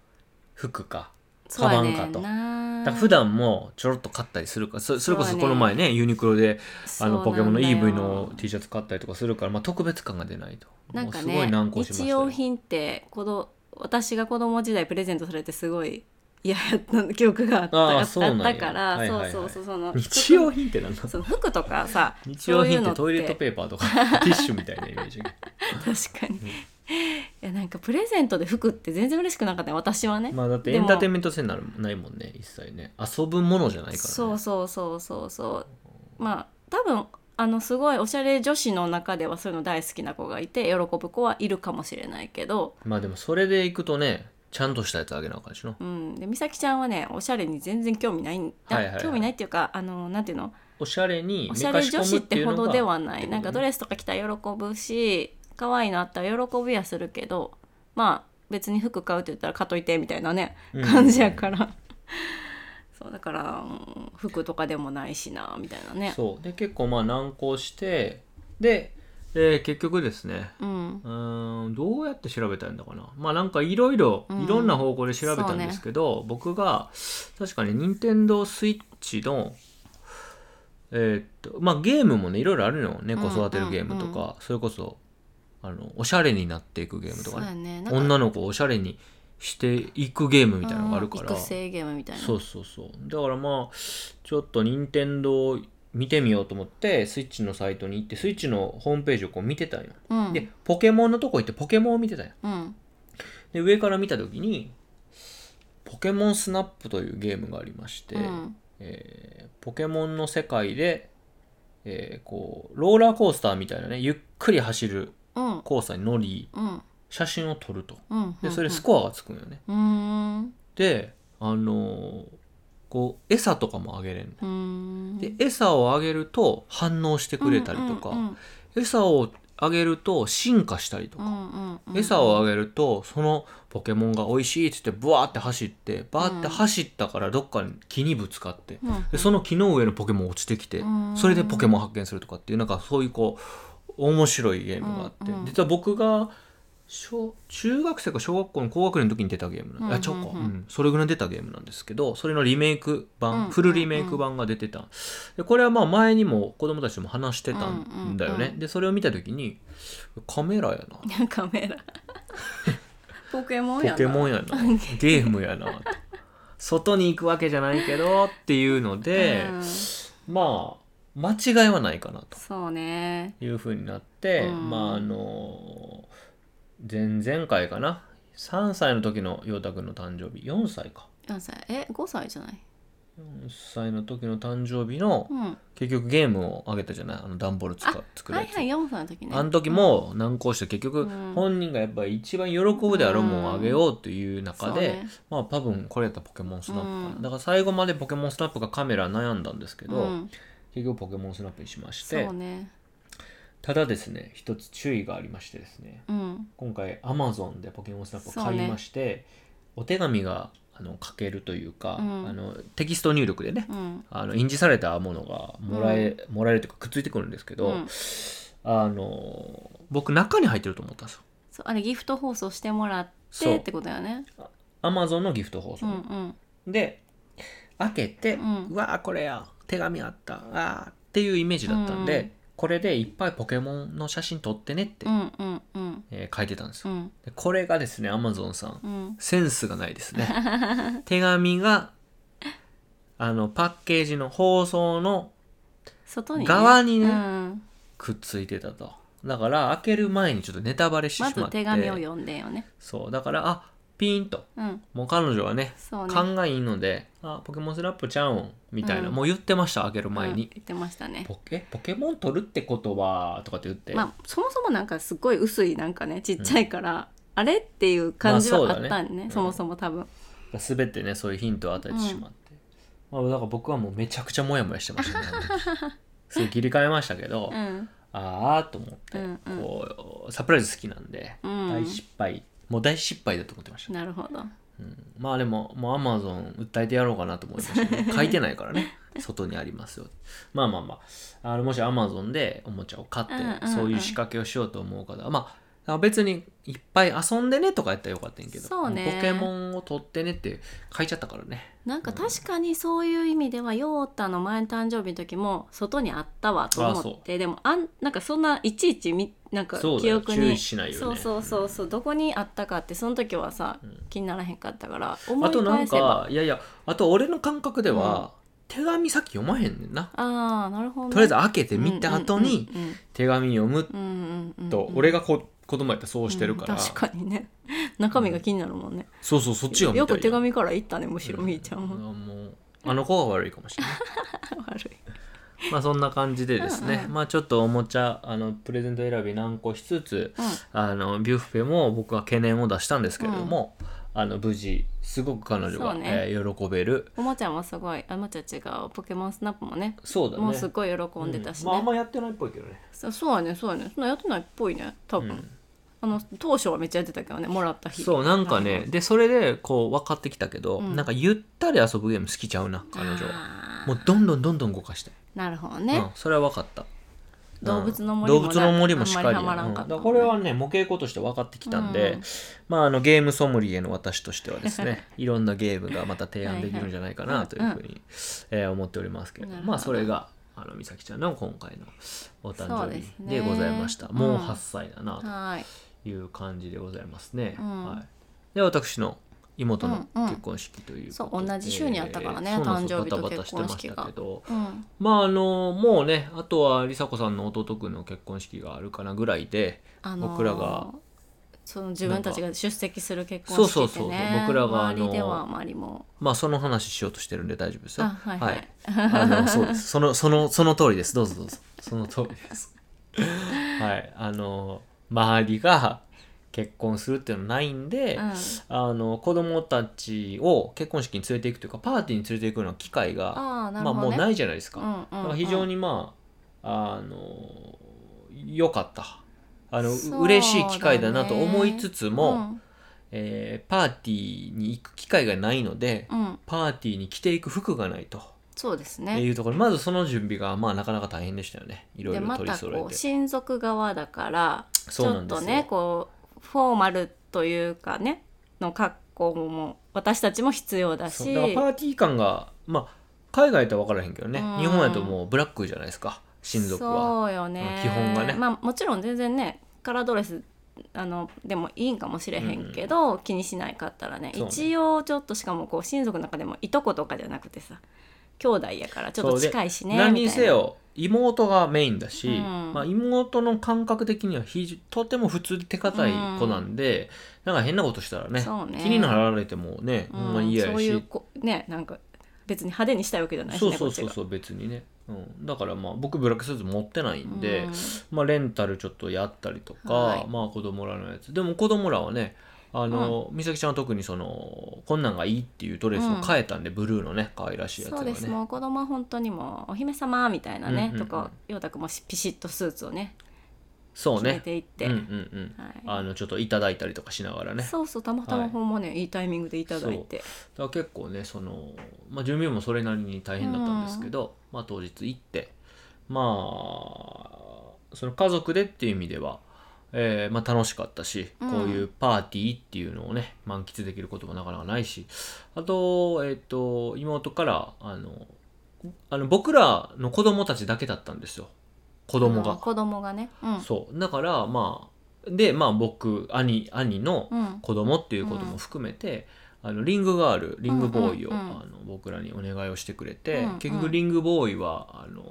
[SPEAKER 1] 服か
[SPEAKER 2] そうやね
[SPEAKER 1] カバンかと
[SPEAKER 2] んな
[SPEAKER 1] だから普段もちょろっと買ったりするからそそれこ
[SPEAKER 2] そう
[SPEAKER 1] そ
[SPEAKER 2] ね
[SPEAKER 1] この前ねユニクロであのポケモンの EV
[SPEAKER 2] そうなんだ
[SPEAKER 1] の
[SPEAKER 2] よ
[SPEAKER 1] T シャツ買ったりとかするから、まあ、特別感が出ないと
[SPEAKER 2] なんか
[SPEAKER 1] もうすごい
[SPEAKER 2] ね
[SPEAKER 1] 難航しました
[SPEAKER 2] 日
[SPEAKER 1] よ
[SPEAKER 2] 用品って子ど私が子供時代プレゼントされてすごい嫌やった記憶があった
[SPEAKER 1] あー
[SPEAKER 2] あっ
[SPEAKER 1] そうなんや
[SPEAKER 2] たから、
[SPEAKER 1] はいはいはい
[SPEAKER 2] そうそうそうその
[SPEAKER 1] 日用品って何なの
[SPEAKER 2] その服とかさ
[SPEAKER 1] 日用品って
[SPEAKER 2] そ
[SPEAKER 1] ト
[SPEAKER 2] う
[SPEAKER 1] イ
[SPEAKER 2] い
[SPEAKER 1] レ
[SPEAKER 2] うの
[SPEAKER 1] ットペーパーとか ティッシュみたいなイメー ジが
[SPEAKER 2] 確かに、いやなんかプレゼントで服って全然嬉しくなかったよ私はね、
[SPEAKER 1] まあだってエ
[SPEAKER 2] でも
[SPEAKER 1] ンターテインメント性になるないもんね一切ね遊ぶものじゃないから、ね、
[SPEAKER 2] そうそうそうそうそうまあ多分あのすごいおしゃれ女子の中ではそういうの大好きな子がいて喜ぶ子はいるかもしれないけど、
[SPEAKER 1] まあでもそれでいくとねちゃんとしたやつあげなあかんしの
[SPEAKER 2] うん、で美咲ちゃんはねおしゃれに全然興味ないん、あ
[SPEAKER 1] はいはいはい
[SPEAKER 2] 興味ないっていうかあのなんていうの
[SPEAKER 1] おしゃれに
[SPEAKER 2] お
[SPEAKER 1] め
[SPEAKER 2] しゃ
[SPEAKER 1] か
[SPEAKER 2] れ
[SPEAKER 1] し
[SPEAKER 2] 女
[SPEAKER 1] 込
[SPEAKER 2] 子
[SPEAKER 1] む
[SPEAKER 2] っ
[SPEAKER 1] ってい
[SPEAKER 2] て
[SPEAKER 1] う
[SPEAKER 2] ほ
[SPEAKER 1] のが
[SPEAKER 2] どではな
[SPEAKER 1] っ
[SPEAKER 2] い、
[SPEAKER 1] てこと
[SPEAKER 2] な
[SPEAKER 1] ね
[SPEAKER 2] んかドレスとか着たら喜ぶし可愛いのあったら喜びはするけどまあ別に服買うって言ったら買っといてみたいなね
[SPEAKER 1] うん
[SPEAKER 2] 感じやから、 そうだから、うん服とかでもないしなみたいなね
[SPEAKER 1] そうで結構まあ難航してで、えー結局ですね
[SPEAKER 2] うん
[SPEAKER 1] うーんどうやって調べたんだかなまあなんかいろいろ
[SPEAKER 2] うん
[SPEAKER 1] いろんな方向で調べたんですけど、僕が確かに任天堂スイッチのえーっとまあゲームもねいろいろあるの猫育てるゲームとか、
[SPEAKER 2] うん
[SPEAKER 1] それこそあのおしゃれになっていくゲームと
[SPEAKER 2] そ
[SPEAKER 1] か
[SPEAKER 2] う
[SPEAKER 1] ね
[SPEAKER 2] やねなんか
[SPEAKER 1] 女の子をおしゃれにしていくゲームみたいなのがあるから、
[SPEAKER 2] うん育成ゲームみたいな
[SPEAKER 1] そうそうそうだからまあちょっと任天堂見てみようと思ってスイッチのサイトに行ってスイッチのホームページをこう見てたんよ、
[SPEAKER 2] うん
[SPEAKER 1] でポケモンのとこ行ってポケモンを見てたんよ
[SPEAKER 2] うん
[SPEAKER 1] で上から見た時にポケモンスナップというゲームがありまして、
[SPEAKER 2] うん
[SPEAKER 1] えーポケモンの世界で、えーこうローラーコースターみたいなねゆっくり走る
[SPEAKER 2] うん
[SPEAKER 1] コースターに乗り
[SPEAKER 2] うん
[SPEAKER 1] 写真を撮ると
[SPEAKER 2] うん
[SPEAKER 1] でそれ
[SPEAKER 2] うん
[SPEAKER 1] スコアがつくんよね、
[SPEAKER 2] うーん
[SPEAKER 1] であのーこう餌とかもあげれん
[SPEAKER 2] うーん
[SPEAKER 1] で餌をあげると反応してくれたりとか、
[SPEAKER 2] うん
[SPEAKER 1] 餌をあげると進化したりと
[SPEAKER 2] う
[SPEAKER 1] か、
[SPEAKER 2] んうんうん
[SPEAKER 1] 餌をあげるとそのポケモンが美味しいっつってブワーって走ってバーって走ったからどっかに木にぶつかって、
[SPEAKER 2] うんうん
[SPEAKER 1] でその木の上のポケモン落ちてきて、
[SPEAKER 2] うん
[SPEAKER 1] それでポケモン発見するとかっていうなんかそういうこう面白いゲームがあって、
[SPEAKER 2] うんうん
[SPEAKER 1] 実は僕が小中学生か小学校の高学年の時に出たゲームなん
[SPEAKER 2] うんうんうん
[SPEAKER 1] あちゃうか、うんそれぐらい出たゲームなんですけどそれのリメイク版、
[SPEAKER 2] うんうんうん
[SPEAKER 1] フルリメイク版が出てたでこれはまあ前にも子供たちとも話してたんだよね、
[SPEAKER 2] うんうんうん
[SPEAKER 1] でそれを見た時にカメラやな
[SPEAKER 2] カメラポケモンや
[SPEAKER 1] ポ
[SPEAKER 2] な
[SPEAKER 1] ケモンやなゲームやなと外に行くわけじゃないけどっていうので、
[SPEAKER 2] うん
[SPEAKER 1] まあ間違いはないかなと
[SPEAKER 2] そうね
[SPEAKER 1] いうふうになって、
[SPEAKER 2] うん
[SPEAKER 1] まああの前々回かな3歳の時の陽太くんの誕生日4歳か
[SPEAKER 2] 4歳え5歳じゃない
[SPEAKER 1] 4歳の時の誕生日の
[SPEAKER 2] うんは
[SPEAKER 1] 結局ゲームをあげたじゃないあの段ボール使
[SPEAKER 2] あ
[SPEAKER 1] 作るや
[SPEAKER 2] い
[SPEAKER 1] つ、
[SPEAKER 2] はい4歳の時ね
[SPEAKER 1] あの時も難航して結局
[SPEAKER 2] うん
[SPEAKER 1] 本人がやっぱり一番喜ぶであろうもんをあげようという中で、
[SPEAKER 2] うんそ
[SPEAKER 1] まあ多分これやったらポケモンスナップかな、
[SPEAKER 2] うん
[SPEAKER 1] だから最後までポケモンスナップがカメラ悩んだんですけど、
[SPEAKER 2] うね
[SPEAKER 1] 結局ポケモンスナップにしまし
[SPEAKER 2] うん、
[SPEAKER 1] て
[SPEAKER 2] そうね
[SPEAKER 1] ただですね一つ注意がありましてですね
[SPEAKER 2] うん
[SPEAKER 1] 今回 Amazon でポケモンスナップを買いまして、お手紙があの書けるというか、
[SPEAKER 2] うん
[SPEAKER 1] あのテキスト入力でね
[SPEAKER 2] うん
[SPEAKER 1] あの印字されたものがもらえ、もらえるというかくっついてくるんですけど、
[SPEAKER 2] うん
[SPEAKER 1] あの僕中に入ってると思ったんですよ
[SPEAKER 2] そうあれギフト放送してもらっ
[SPEAKER 1] そ
[SPEAKER 2] て
[SPEAKER 1] う
[SPEAKER 2] ってことよね
[SPEAKER 1] Amazon のギフト放送
[SPEAKER 2] う、んうん
[SPEAKER 1] で開けて、
[SPEAKER 2] う
[SPEAKER 1] うんわあこれや手紙あったあーっていうイメージだったんで、
[SPEAKER 2] うん
[SPEAKER 1] これでいっぱいポケモンの写真撮ってねって、
[SPEAKER 2] うんうんうん
[SPEAKER 1] えー書いてたんです
[SPEAKER 2] う
[SPEAKER 1] よ、
[SPEAKER 2] ん
[SPEAKER 1] でこれがですね Amazon さん
[SPEAKER 2] うん
[SPEAKER 1] センスがないですね 手紙があのパッケージの放送の
[SPEAKER 2] 外にね
[SPEAKER 1] 側にね
[SPEAKER 2] うん
[SPEAKER 1] くっついてたとだから開ける前にちょっとネタバレしてしま
[SPEAKER 2] ま
[SPEAKER 1] って
[SPEAKER 2] ず手紙を読んでよね
[SPEAKER 1] そうだからあピーンと
[SPEAKER 2] うん
[SPEAKER 1] もう彼女はね
[SPEAKER 2] そうね
[SPEAKER 1] 勘がいいので「あポケモンスナップちゃうん」みたいな、
[SPEAKER 2] うん
[SPEAKER 1] もう言ってました開ける前に、
[SPEAKER 2] うん言ってましたね
[SPEAKER 1] ポケポケモン取るってことはとかって言って、
[SPEAKER 2] まあそもそもなんかすごい薄いなんかねちっちゃいから、あれっていう感じは
[SPEAKER 1] まあ
[SPEAKER 2] あ
[SPEAKER 1] そうだ
[SPEAKER 2] っ
[SPEAKER 1] ね
[SPEAKER 2] たんね,、
[SPEAKER 1] うん
[SPEAKER 2] そもそも多分
[SPEAKER 1] 全てねそういうヒントを与えてしまって、まあ、だから僕はもうめちゃくちゃモヤモヤしてま したねあの時すぐ切り替えましたけど、
[SPEAKER 2] うん
[SPEAKER 1] ああと思って、
[SPEAKER 2] うんうん
[SPEAKER 1] こうサプライズ好きなんで、
[SPEAKER 2] うん
[SPEAKER 1] 大失敗もう大失敗だと思ってました、
[SPEAKER 2] なるほど
[SPEAKER 1] うんまあでももうアマゾン訴えてやろうかなと思いました ね書いてないからね外にありますよまあまあまああのもしアマゾンでおもちゃを買って、
[SPEAKER 2] うんうんうん
[SPEAKER 1] そういう仕掛けをしようと思う方はまああ別にいっぱい遊んでねとかやったらよかったんやけど
[SPEAKER 2] そうね
[SPEAKER 1] もポケモンを取ってねって書いちゃったからね
[SPEAKER 2] なんか確かにそういう意味ではヨータの前の誕生日の時も外にあったわと
[SPEAKER 1] あ
[SPEAKER 2] 思
[SPEAKER 1] そ
[SPEAKER 2] ってでもあんなんかそんないちいちみなんか
[SPEAKER 1] そうだ
[SPEAKER 2] 記
[SPEAKER 1] よ
[SPEAKER 2] 憶に
[SPEAKER 1] 注意しないよね
[SPEAKER 2] そうそうそうそうどこにあったかってその時はさ、気にならへんかったから思
[SPEAKER 1] あ
[SPEAKER 2] い
[SPEAKER 1] となん
[SPEAKER 2] 返せば
[SPEAKER 1] かいやいやあと俺の感覚では、手紙さっき読まへんねんな
[SPEAKER 2] ああなるほどね、
[SPEAKER 1] とりあえず開けて見た後に
[SPEAKER 2] うんうん
[SPEAKER 1] 手紙読む
[SPEAKER 2] うんうんうんうん
[SPEAKER 1] と、俺がこ子供やったらそうしてるから、
[SPEAKER 2] うん確かにね中身が気になるもんね、
[SPEAKER 1] そうそうそっちが見たいや
[SPEAKER 2] よ
[SPEAKER 1] ん
[SPEAKER 2] く手紙から言ったねむしろみーちゃんも、
[SPEAKER 1] うんもうあの子は悪い かもしれな
[SPEAKER 2] 悪い
[SPEAKER 1] いまあそんな感じでですね
[SPEAKER 2] うんうん
[SPEAKER 1] まあちょっとおもちゃあのプレゼント選び難航しつつ、
[SPEAKER 2] うん
[SPEAKER 1] あのビュッフェも僕は懸念を出したんですけれども、あの無事すごく彼女が、
[SPEAKER 2] そうね
[SPEAKER 1] えー喜べる
[SPEAKER 2] おもちゃもすごいあおもちゃ違うポケモンスナップもね
[SPEAKER 1] そうだね
[SPEAKER 2] もうすごい喜んでた
[SPEAKER 1] う
[SPEAKER 2] しね、
[SPEAKER 1] んまああんまやってないっぽいけどね
[SPEAKER 2] そそうやねそうやねそんなやってないっぽいね多分、
[SPEAKER 1] うん
[SPEAKER 2] あの当初はめっちゃやってたけどねもらった日
[SPEAKER 1] そうなんかねでそれでこう分かってきたけど、
[SPEAKER 2] うん
[SPEAKER 1] なんかゆったり遊ぶゲーム好きちゃうな彼女は
[SPEAKER 2] あ
[SPEAKER 1] も
[SPEAKER 2] ー
[SPEAKER 1] うどんどんどんどん動かして、
[SPEAKER 2] なるほどね、
[SPEAKER 1] うん、それは分かった
[SPEAKER 2] 動物の森
[SPEAKER 1] 動
[SPEAKER 2] も
[SPEAKER 1] 物の森もしっかり
[SPEAKER 2] あんまりはまらんかったもん
[SPEAKER 1] う
[SPEAKER 2] ね
[SPEAKER 1] んだらこれはね模型校として分かってきたんで、
[SPEAKER 2] うん
[SPEAKER 1] まあ、あのゲームソムリエの私としてはですね いろんなゲームがまた提案できるんじゃないかなというふうに、えー思っておりますけれど
[SPEAKER 2] なるほど
[SPEAKER 1] まあそれがあの美咲ちゃんの今回のお誕
[SPEAKER 2] そう
[SPEAKER 1] 生
[SPEAKER 2] で
[SPEAKER 1] 日
[SPEAKER 2] すね
[SPEAKER 1] でございました、もううん8歳だな
[SPEAKER 2] はーい
[SPEAKER 1] という感じでございますね、
[SPEAKER 2] うん
[SPEAKER 1] はい、で私の妹の
[SPEAKER 2] うんうん
[SPEAKER 1] 結婚式ということで、
[SPEAKER 2] そう同じ週にあったからね
[SPEAKER 1] そうなんです
[SPEAKER 2] 誕生日と
[SPEAKER 1] バタバタしてました
[SPEAKER 2] 結婚式が
[SPEAKER 1] けど
[SPEAKER 2] うん
[SPEAKER 1] まああのもうねあとは梨紗子さんの弟くんの結婚式があるかなぐらいで
[SPEAKER 2] あのー
[SPEAKER 1] 僕らが
[SPEAKER 2] その自分たちが出席する結
[SPEAKER 1] そ
[SPEAKER 2] 婚
[SPEAKER 1] うそう
[SPEAKER 2] 式っ
[SPEAKER 1] そう
[SPEAKER 2] て
[SPEAKER 1] そう
[SPEAKER 2] ね
[SPEAKER 1] 僕らがあのー
[SPEAKER 2] 周りではあまりも
[SPEAKER 1] まあその話しようとしてるんで大丈夫ですよ。
[SPEAKER 2] あはいはい
[SPEAKER 1] あのそうです。そのそのその通りです。どうぞどうぞ。その通り です。はいあの周りが結婚するっていうのはないんで、
[SPEAKER 2] うん
[SPEAKER 1] あの子供たちを結婚式に連れていくというかパーティーに連れていくような機会が
[SPEAKER 2] ああな
[SPEAKER 1] ま
[SPEAKER 2] る
[SPEAKER 1] あ
[SPEAKER 2] ほ
[SPEAKER 1] も
[SPEAKER 2] ど
[SPEAKER 1] う
[SPEAKER 2] ね
[SPEAKER 1] ないじゃないですか。
[SPEAKER 2] うん
[SPEAKER 1] だ
[SPEAKER 2] うん
[SPEAKER 1] か
[SPEAKER 2] う
[SPEAKER 1] ら
[SPEAKER 2] ん
[SPEAKER 1] 非常にまああの良かった。あの
[SPEAKER 2] そうだ
[SPEAKER 1] う
[SPEAKER 2] ね
[SPEAKER 1] 嬉しい機会だなと思いつつも、
[SPEAKER 2] うん
[SPEAKER 1] えーパーティーに行く機会がないので、
[SPEAKER 2] うん
[SPEAKER 1] パーティーに着ていく服がないと
[SPEAKER 2] そうですね
[SPEAKER 1] いうところまずその準備がまあなかなか大変でしたよねいろい
[SPEAKER 2] で
[SPEAKER 1] ろ
[SPEAKER 2] ま
[SPEAKER 1] 取り
[SPEAKER 2] た
[SPEAKER 1] 揃え
[SPEAKER 2] こう
[SPEAKER 1] て
[SPEAKER 2] 親族側だからち
[SPEAKER 1] そう
[SPEAKER 2] ょ
[SPEAKER 1] な
[SPEAKER 2] っ
[SPEAKER 1] んです
[SPEAKER 2] と
[SPEAKER 1] よ
[SPEAKER 2] ねこうフォーマルというかねの格好も私たちも必要だ
[SPEAKER 1] そう
[SPEAKER 2] し
[SPEAKER 1] だからパーティー感がまあ海外とは分からへんけどね、
[SPEAKER 2] うん
[SPEAKER 1] 日本やともうブラックじゃないですか親族は
[SPEAKER 2] そうよね、
[SPEAKER 1] うん基本がね
[SPEAKER 2] まあもちろん全然ねカラードレスあのでもいいんかもしれへんけど、気にしないかったらね
[SPEAKER 1] そうね
[SPEAKER 2] 一応ちょっとしかもこう親族の中でもいとことかじゃなくてさ兄弟やからちょっと近いしね
[SPEAKER 1] 何
[SPEAKER 2] み
[SPEAKER 1] に
[SPEAKER 2] たい
[SPEAKER 1] せ
[SPEAKER 2] な
[SPEAKER 1] よ妹がメインだし、
[SPEAKER 2] うん
[SPEAKER 1] まあ、妹の感覚的には非常とても普通で手堅い子なんで、なんか変なことしたらね
[SPEAKER 2] そうね
[SPEAKER 1] 気になられてもね、
[SPEAKER 2] う
[SPEAKER 1] ほんまに嫌
[SPEAKER 2] ん、
[SPEAKER 1] や
[SPEAKER 2] そう
[SPEAKER 1] し
[SPEAKER 2] いうこねなんか別に派手にしたいわけじゃないし
[SPEAKER 1] そう
[SPEAKER 2] ね
[SPEAKER 1] そうそう
[SPEAKER 2] こっち
[SPEAKER 1] そう別にね、うん、だからまあ僕ブラックスーツ持ってない
[SPEAKER 2] が
[SPEAKER 1] んで、
[SPEAKER 2] うん
[SPEAKER 1] まあ、レンタルちょっとやったりとか、
[SPEAKER 2] はい
[SPEAKER 1] まあ子供らのやつでも子供らはねあの、美咲ちゃんは特にそのこんなんがいいっていうトレースを変えたんで、ブルーのね可愛らしいやつ
[SPEAKER 2] そ
[SPEAKER 1] が
[SPEAKER 2] う
[SPEAKER 1] ね
[SPEAKER 2] ですもう子供は本当にもうお姫様みたいなね、
[SPEAKER 1] うんうんうん
[SPEAKER 2] とか陽太くんもピシッとスーツをね
[SPEAKER 1] そう
[SPEAKER 2] 決め
[SPEAKER 1] ね
[SPEAKER 2] ていっ
[SPEAKER 1] う
[SPEAKER 2] て、
[SPEAKER 1] んうんうん
[SPEAKER 2] はい
[SPEAKER 1] あのちょっといただいたりとかしながらねだか
[SPEAKER 2] そうそうたまたまほんまね、い、いタイミングでいただいて
[SPEAKER 1] ら結構ねその、まあ、準備もそれなりに大変だったんですけど、まあ、当日行ってまあその家族でっていう意味では、えーまあ、楽しかったし、
[SPEAKER 2] うん
[SPEAKER 1] こういうパーティーっていうのをね満喫できることもなかなかないしあと,、えっと妹からあのあの僕らの子供たちだけだったんですよ子供
[SPEAKER 2] うん
[SPEAKER 1] が。
[SPEAKER 2] 子供がねうん
[SPEAKER 1] そうだからまあでまあ僕兄兄の
[SPEAKER 2] うん
[SPEAKER 1] 子供っていうことも含めて、あのリングガールリングボーイを、
[SPEAKER 2] うんうんうん
[SPEAKER 1] あの僕らにお願いをしてくれて、
[SPEAKER 2] うんうん
[SPEAKER 1] 結局リングボーイはあの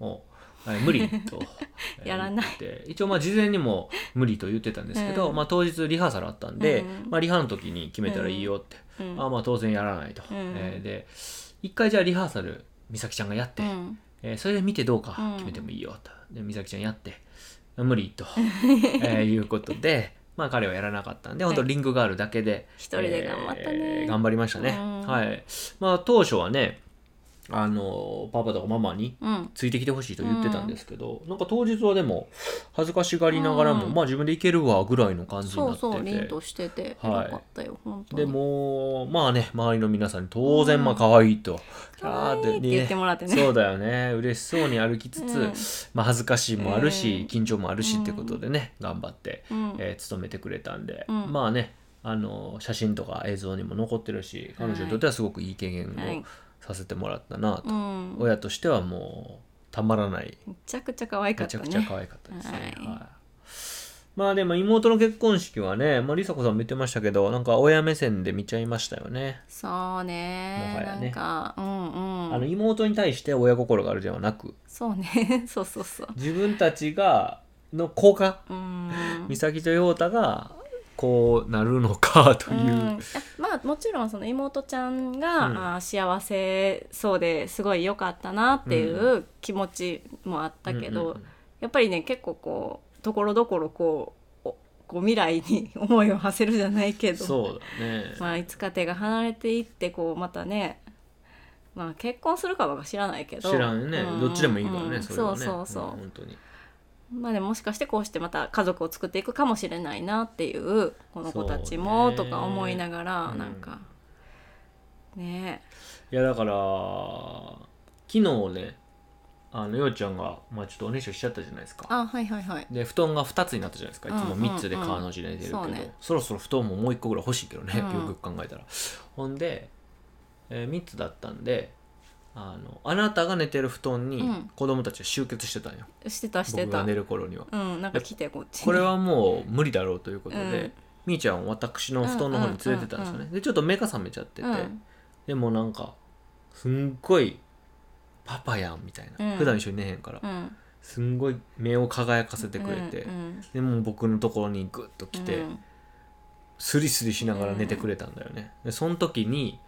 [SPEAKER 1] もうあ無理と
[SPEAKER 2] やらない
[SPEAKER 1] えー言って一応まあ事前にも無理と言ってたんですけど、
[SPEAKER 2] うん
[SPEAKER 1] まあ、当日リハーサルあったんで、
[SPEAKER 2] うん
[SPEAKER 1] まあ、リハの時に決めたらいいよって、
[SPEAKER 2] うん
[SPEAKER 1] あまあ当然やらないと、
[SPEAKER 2] うん
[SPEAKER 1] えーで一回じゃあリハーサル美咲ちゃんがやって、
[SPEAKER 2] うん
[SPEAKER 1] えーそれで見てどうか
[SPEAKER 2] うん
[SPEAKER 1] 決めてもいいよと、で美咲ちゃんやって無理 と、えーいうことで、まあ、彼はやらなかったんで
[SPEAKER 2] はい
[SPEAKER 1] 本当リングガールだけで、
[SPEAKER 2] 一人で頑張ったね、
[SPEAKER 1] えー頑張りましたね、
[SPEAKER 2] うん
[SPEAKER 1] はいまあ当初はねあのパパとかママに
[SPEAKER 2] うん
[SPEAKER 1] ついてきてほしいと言ってたんですけど、なんか当日はでも恥ずかしがりながらも、
[SPEAKER 2] うん
[SPEAKER 1] まあ自分でいけるわぐらいの感じに
[SPEAKER 2] そ
[SPEAKER 1] なっ
[SPEAKER 2] う
[SPEAKER 1] てて
[SPEAKER 2] そう凛としててよ
[SPEAKER 1] はい
[SPEAKER 2] かったよ、本当に
[SPEAKER 1] でもうまあね周りの皆さんに当然まあ可愛いと、
[SPEAKER 2] 可愛いって言ってもらってね
[SPEAKER 1] そうだよね嬉しそうに歩きつつ、
[SPEAKER 2] うん
[SPEAKER 1] まあ、恥ずかしいもあるし、
[SPEAKER 2] うん
[SPEAKER 1] 緊張もあるしってことでね頑張って、
[SPEAKER 2] うん
[SPEAKER 1] えー勤めてくれたんで、
[SPEAKER 2] うん
[SPEAKER 1] まあねあの写真とか映像にも残ってるし彼女にとってはすごくいい経験
[SPEAKER 2] はい
[SPEAKER 1] をさせてもらったなと、
[SPEAKER 2] うん、
[SPEAKER 1] 親としてはもうたまらない
[SPEAKER 2] めちゃくちゃ可愛か
[SPEAKER 1] め
[SPEAKER 2] っ
[SPEAKER 1] ち
[SPEAKER 2] た
[SPEAKER 1] ゃ
[SPEAKER 2] ね
[SPEAKER 1] くちゃ可愛かったですね。
[SPEAKER 2] はい
[SPEAKER 1] はいまあでも妹の結婚式はね、まあ、梨紗子さんも言ってましたけどなんか親目線で見ちゃいましたよね、
[SPEAKER 2] そうね
[SPEAKER 1] もはやね
[SPEAKER 2] なんかうん
[SPEAKER 1] あの
[SPEAKER 2] うん
[SPEAKER 1] 妹に対して親心があるではなく
[SPEAKER 2] そうね そうそうそう
[SPEAKER 1] 自分たちがの子が
[SPEAKER 2] うん
[SPEAKER 1] 美咲と陽太がこうなるのかと
[SPEAKER 2] う
[SPEAKER 1] い
[SPEAKER 2] ん、あ
[SPEAKER 1] う、
[SPEAKER 2] まあもちろんその妹ちゃんが、
[SPEAKER 1] うん
[SPEAKER 2] あー幸せそうですごい良かったなっていう気持ちもあったけど、
[SPEAKER 1] うんうん
[SPEAKER 2] やっぱりね結構こうところどころこうおこう未来に 思いを馳せるじゃないけ
[SPEAKER 1] うん
[SPEAKER 2] ど
[SPEAKER 1] そうだね、
[SPEAKER 2] まあ、いつか手が離れていってこうまたね、まあ、結婚するかは知らないけど
[SPEAKER 1] 知らんよね、
[SPEAKER 2] う
[SPEAKER 1] どっちでもいいからね、
[SPEAKER 2] うん
[SPEAKER 1] それはね
[SPEAKER 2] そうそうそう、
[SPEAKER 1] ん本当に
[SPEAKER 2] まあでももしかしてこうしてまた家族を作っていくかもしれないなっていうこの子たちも
[SPEAKER 1] そう
[SPEAKER 2] と
[SPEAKER 1] ね
[SPEAKER 2] か思いながら、
[SPEAKER 1] うん
[SPEAKER 2] なんかね
[SPEAKER 1] いやだから昨日ねあの陽ちゃんが、まあ、ちょっとおねしょしちゃったじゃないですか
[SPEAKER 2] あはいはいはい
[SPEAKER 1] で布団が2つになったじゃないですかいつも
[SPEAKER 2] うんうん
[SPEAKER 1] 3つで川の字で寝てるけど、
[SPEAKER 2] そうね
[SPEAKER 1] そろそろ布団ももう1個ぐらい欲しいけどね、
[SPEAKER 2] うん
[SPEAKER 1] よくよく考えたらほんで、え3つだったんであのあなたが寝てる布団に
[SPEAKER 2] うん
[SPEAKER 1] 子供たちは集結してたんよ、
[SPEAKER 2] してたして
[SPEAKER 1] 僕
[SPEAKER 2] た
[SPEAKER 1] が寝る頃には
[SPEAKER 2] うんなんか来てこっちに
[SPEAKER 1] これはもう無理だろうということで、
[SPEAKER 2] うん
[SPEAKER 1] みーちゃんを私の布団の方に連れてたんですよね、
[SPEAKER 2] うんうんうん
[SPEAKER 1] でちょっと目が覚めちゃってて、
[SPEAKER 2] うん
[SPEAKER 1] でもなんかすんごいパパやんみたいな、
[SPEAKER 2] うん
[SPEAKER 1] 普段一緒に寝へんから、
[SPEAKER 2] うん
[SPEAKER 1] すんごい目を輝かせてくれて、
[SPEAKER 2] うんうん
[SPEAKER 1] でもう僕のところにグッと来て、
[SPEAKER 2] うん
[SPEAKER 1] スリスリしながら寝てくれたんだよね、でその時に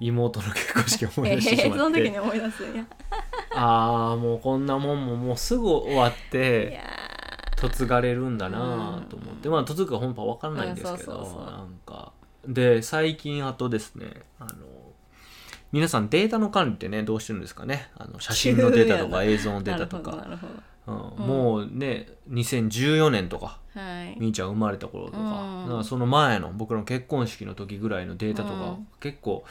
[SPEAKER 1] 妹の結婚式を 思い出してし
[SPEAKER 2] えーそ
[SPEAKER 1] まっ
[SPEAKER 2] の
[SPEAKER 1] て、
[SPEAKER 2] 時に思い出す んや
[SPEAKER 1] ああもうこんなもんももうすぐ終わっ
[SPEAKER 2] い
[SPEAKER 1] て
[SPEAKER 2] や
[SPEAKER 1] 嫁がれるんだなと思って、まあ嫁ぐか本当は分からないんですけど、
[SPEAKER 2] うんそうそうそう
[SPEAKER 1] なんかで最近あとですねあの皆さんデータの管理ってねどうしてるんですかねあの写真のデータと か映像の
[SPEAKER 2] ー
[SPEAKER 1] デ
[SPEAKER 2] な
[SPEAKER 1] ー
[SPEAKER 2] る
[SPEAKER 1] タ
[SPEAKER 2] ほ
[SPEAKER 1] と
[SPEAKER 2] どな
[SPEAKER 1] か、
[SPEAKER 2] るほど
[SPEAKER 1] うん
[SPEAKER 2] うん
[SPEAKER 1] もうね2014年とか
[SPEAKER 2] はい
[SPEAKER 1] みーちゃんが生まれた頃とか,、
[SPEAKER 2] うん
[SPEAKER 1] その前の僕の結婚式の時ぐらいのデータとか、
[SPEAKER 2] うん
[SPEAKER 1] 結構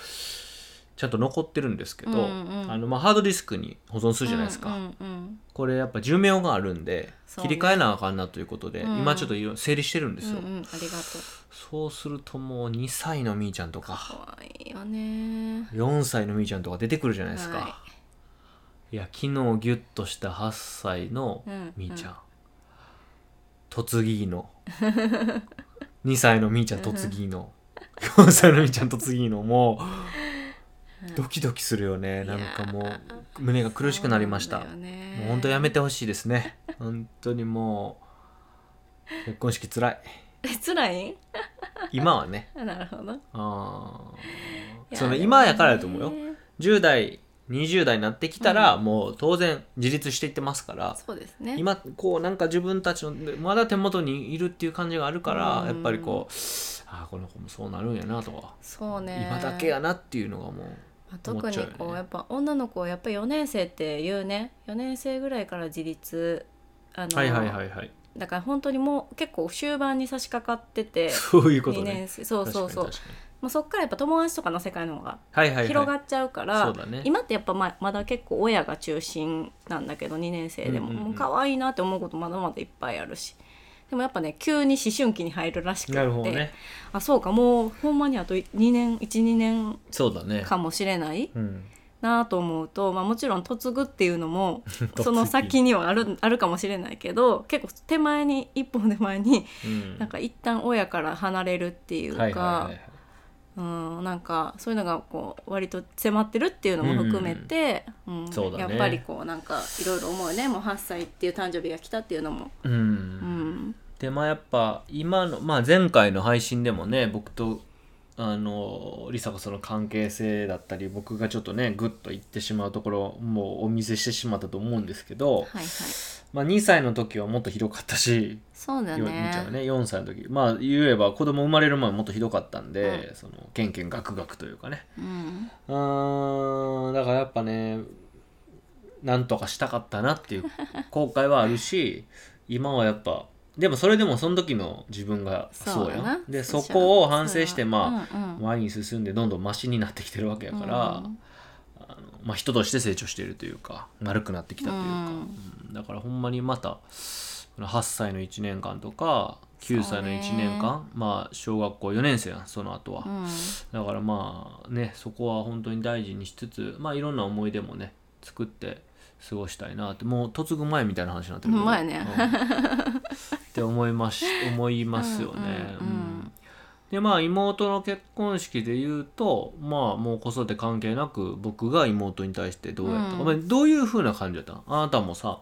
[SPEAKER 1] ちゃんと残ってるんですけど、
[SPEAKER 2] うんうん
[SPEAKER 1] あのまあ、ハードディスクに保存するじゃないですか、
[SPEAKER 2] うんうん
[SPEAKER 1] これやっぱ寿命があるんで、
[SPEAKER 2] そう
[SPEAKER 1] 切
[SPEAKER 2] ね
[SPEAKER 1] り替えなあかんなということで、
[SPEAKER 2] うん
[SPEAKER 1] 今ちょっといろいろ整理してるんで
[SPEAKER 2] うん、う
[SPEAKER 1] すよ、
[SPEAKER 2] んうん、ありがとう
[SPEAKER 1] そうするともう2歳のみーちゃんとか
[SPEAKER 2] 可愛いよね
[SPEAKER 1] 4歳のみーちゃんとか出てくるじゃないですか、、
[SPEAKER 2] はい
[SPEAKER 1] や昨日ギュッとした8歳の
[SPEAKER 2] うん
[SPEAKER 1] みーちゃん、嫁ぎの 2歳のみーちゃん嫁ぎの4歳のみーちゃん嫁ぎのもうドキドキするよねなんかもう胸が苦しくなりました
[SPEAKER 2] そうなんだよね
[SPEAKER 1] もう本当やめてほしいですね本当にもう結婚式つらい
[SPEAKER 2] え辛い
[SPEAKER 1] 今はね
[SPEAKER 2] あなるほど
[SPEAKER 1] あー
[SPEAKER 2] い
[SPEAKER 1] その
[SPEAKER 2] でも
[SPEAKER 1] 今やからやと思うよ
[SPEAKER 2] ね
[SPEAKER 1] 10代20代になってきたら、もう当然自立していってますから
[SPEAKER 2] そうですね
[SPEAKER 1] 今こうなんか自分たちのまだ手元にいるっていう感じがあるから、
[SPEAKER 2] うん
[SPEAKER 1] やっぱりこうああこの子もそうなるんやなとか、
[SPEAKER 2] そうね
[SPEAKER 1] 今だけやなっていうのがもう
[SPEAKER 2] まあ
[SPEAKER 1] 思っ
[SPEAKER 2] 特
[SPEAKER 1] ち
[SPEAKER 2] に
[SPEAKER 1] ゃうよね
[SPEAKER 2] こうやっぱ女の子はやっぱ4年生っていうね4年生ぐらいから自立あの、
[SPEAKER 1] はいはいはいはい
[SPEAKER 2] だから本当にもう結構終盤に差し掛かってて
[SPEAKER 1] そういうこと
[SPEAKER 2] 2
[SPEAKER 1] ね
[SPEAKER 2] 年生そうそうそう
[SPEAKER 1] 確かに
[SPEAKER 2] まあ、そっからやっぱ友達とかの世界の方が
[SPEAKER 1] 確かにはいはいはい
[SPEAKER 2] 広がっちゃうから、
[SPEAKER 1] そうだね
[SPEAKER 2] 今ってやっぱままだ結構親が中心なんだけど2年生でも、
[SPEAKER 1] うんうんうん
[SPEAKER 2] もう可愛いなって思うことまだまだいっぱいあるしでもやっぱね急に思春期に入るらしくって
[SPEAKER 1] なるほどね
[SPEAKER 2] あそうかもうほんまにあと2年12年
[SPEAKER 1] そうだね
[SPEAKER 2] かもしれない
[SPEAKER 1] うん
[SPEAKER 2] なと思うと、まあ、もちろん嫁ぐっていうの も
[SPEAKER 1] ぐ
[SPEAKER 2] その先にはあるあるかもしれないけど結構手前に一歩手前に
[SPEAKER 1] うん
[SPEAKER 2] なんか一旦親から離れるっていうか、
[SPEAKER 1] はいはいはいはい
[SPEAKER 2] うん、なんかそういうのがこう割と迫ってるっていうのも含めて、うん
[SPEAKER 1] そうだね
[SPEAKER 2] やっぱりこうなんかいろいろ思うねもう8歳っていう誕生日が来たっていうのも、
[SPEAKER 1] うん、
[SPEAKER 2] うん、
[SPEAKER 1] でまあやっぱ今の、まあ、前回の配信でもね僕とあの梨紗子さんの関係性だったり僕がちょっとねグッと行ってしまうところもうお見せしてしまったと思うんですけど、
[SPEAKER 2] はいはい
[SPEAKER 1] まあ、2歳の時はもっとひどかったし、
[SPEAKER 2] そうだ
[SPEAKER 1] よみーちゃんは
[SPEAKER 2] ね
[SPEAKER 1] ね4歳の時まあ言えば子供生まれる前はもっとひどかったんで、そのケンケンガクガクというかね
[SPEAKER 2] うん、
[SPEAKER 1] うーんだからやっぱねなんとかしたかったなっていう後悔はあるし今はやっぱでもそれでもその時の自分がそうや
[SPEAKER 2] だなん
[SPEAKER 1] で
[SPEAKER 2] う
[SPEAKER 1] そ
[SPEAKER 2] じゃん
[SPEAKER 1] こを反省して
[SPEAKER 2] そう
[SPEAKER 1] ま
[SPEAKER 2] うん
[SPEAKER 1] あ
[SPEAKER 2] うん
[SPEAKER 1] 前に進んでどんどんマシになってきてるわけやから、
[SPEAKER 2] うん
[SPEAKER 1] あのまあ、人として成長してるというか丸くなってきたというか、うんだからほんまにまたこの8歳の1年間とか9歳の1年間、まあ小学校4年生やんその後は、
[SPEAKER 2] うん
[SPEAKER 1] だからまあねそこは本当に大事にしつつまあいろんな思い出もね作って過ごしたいなってもう嫁ぐ前みたいな話になってるけど
[SPEAKER 2] ほんまや
[SPEAKER 1] う
[SPEAKER 2] ね
[SPEAKER 1] んって思います思いますよね。
[SPEAKER 2] うんうんう
[SPEAKER 1] う
[SPEAKER 2] ん
[SPEAKER 1] んでまあ妹の結婚式で言うとまあもう子育て関係なく僕が妹に対してどうやったか、
[SPEAKER 2] うん
[SPEAKER 1] まあどういう風な感じだったのあなたもさ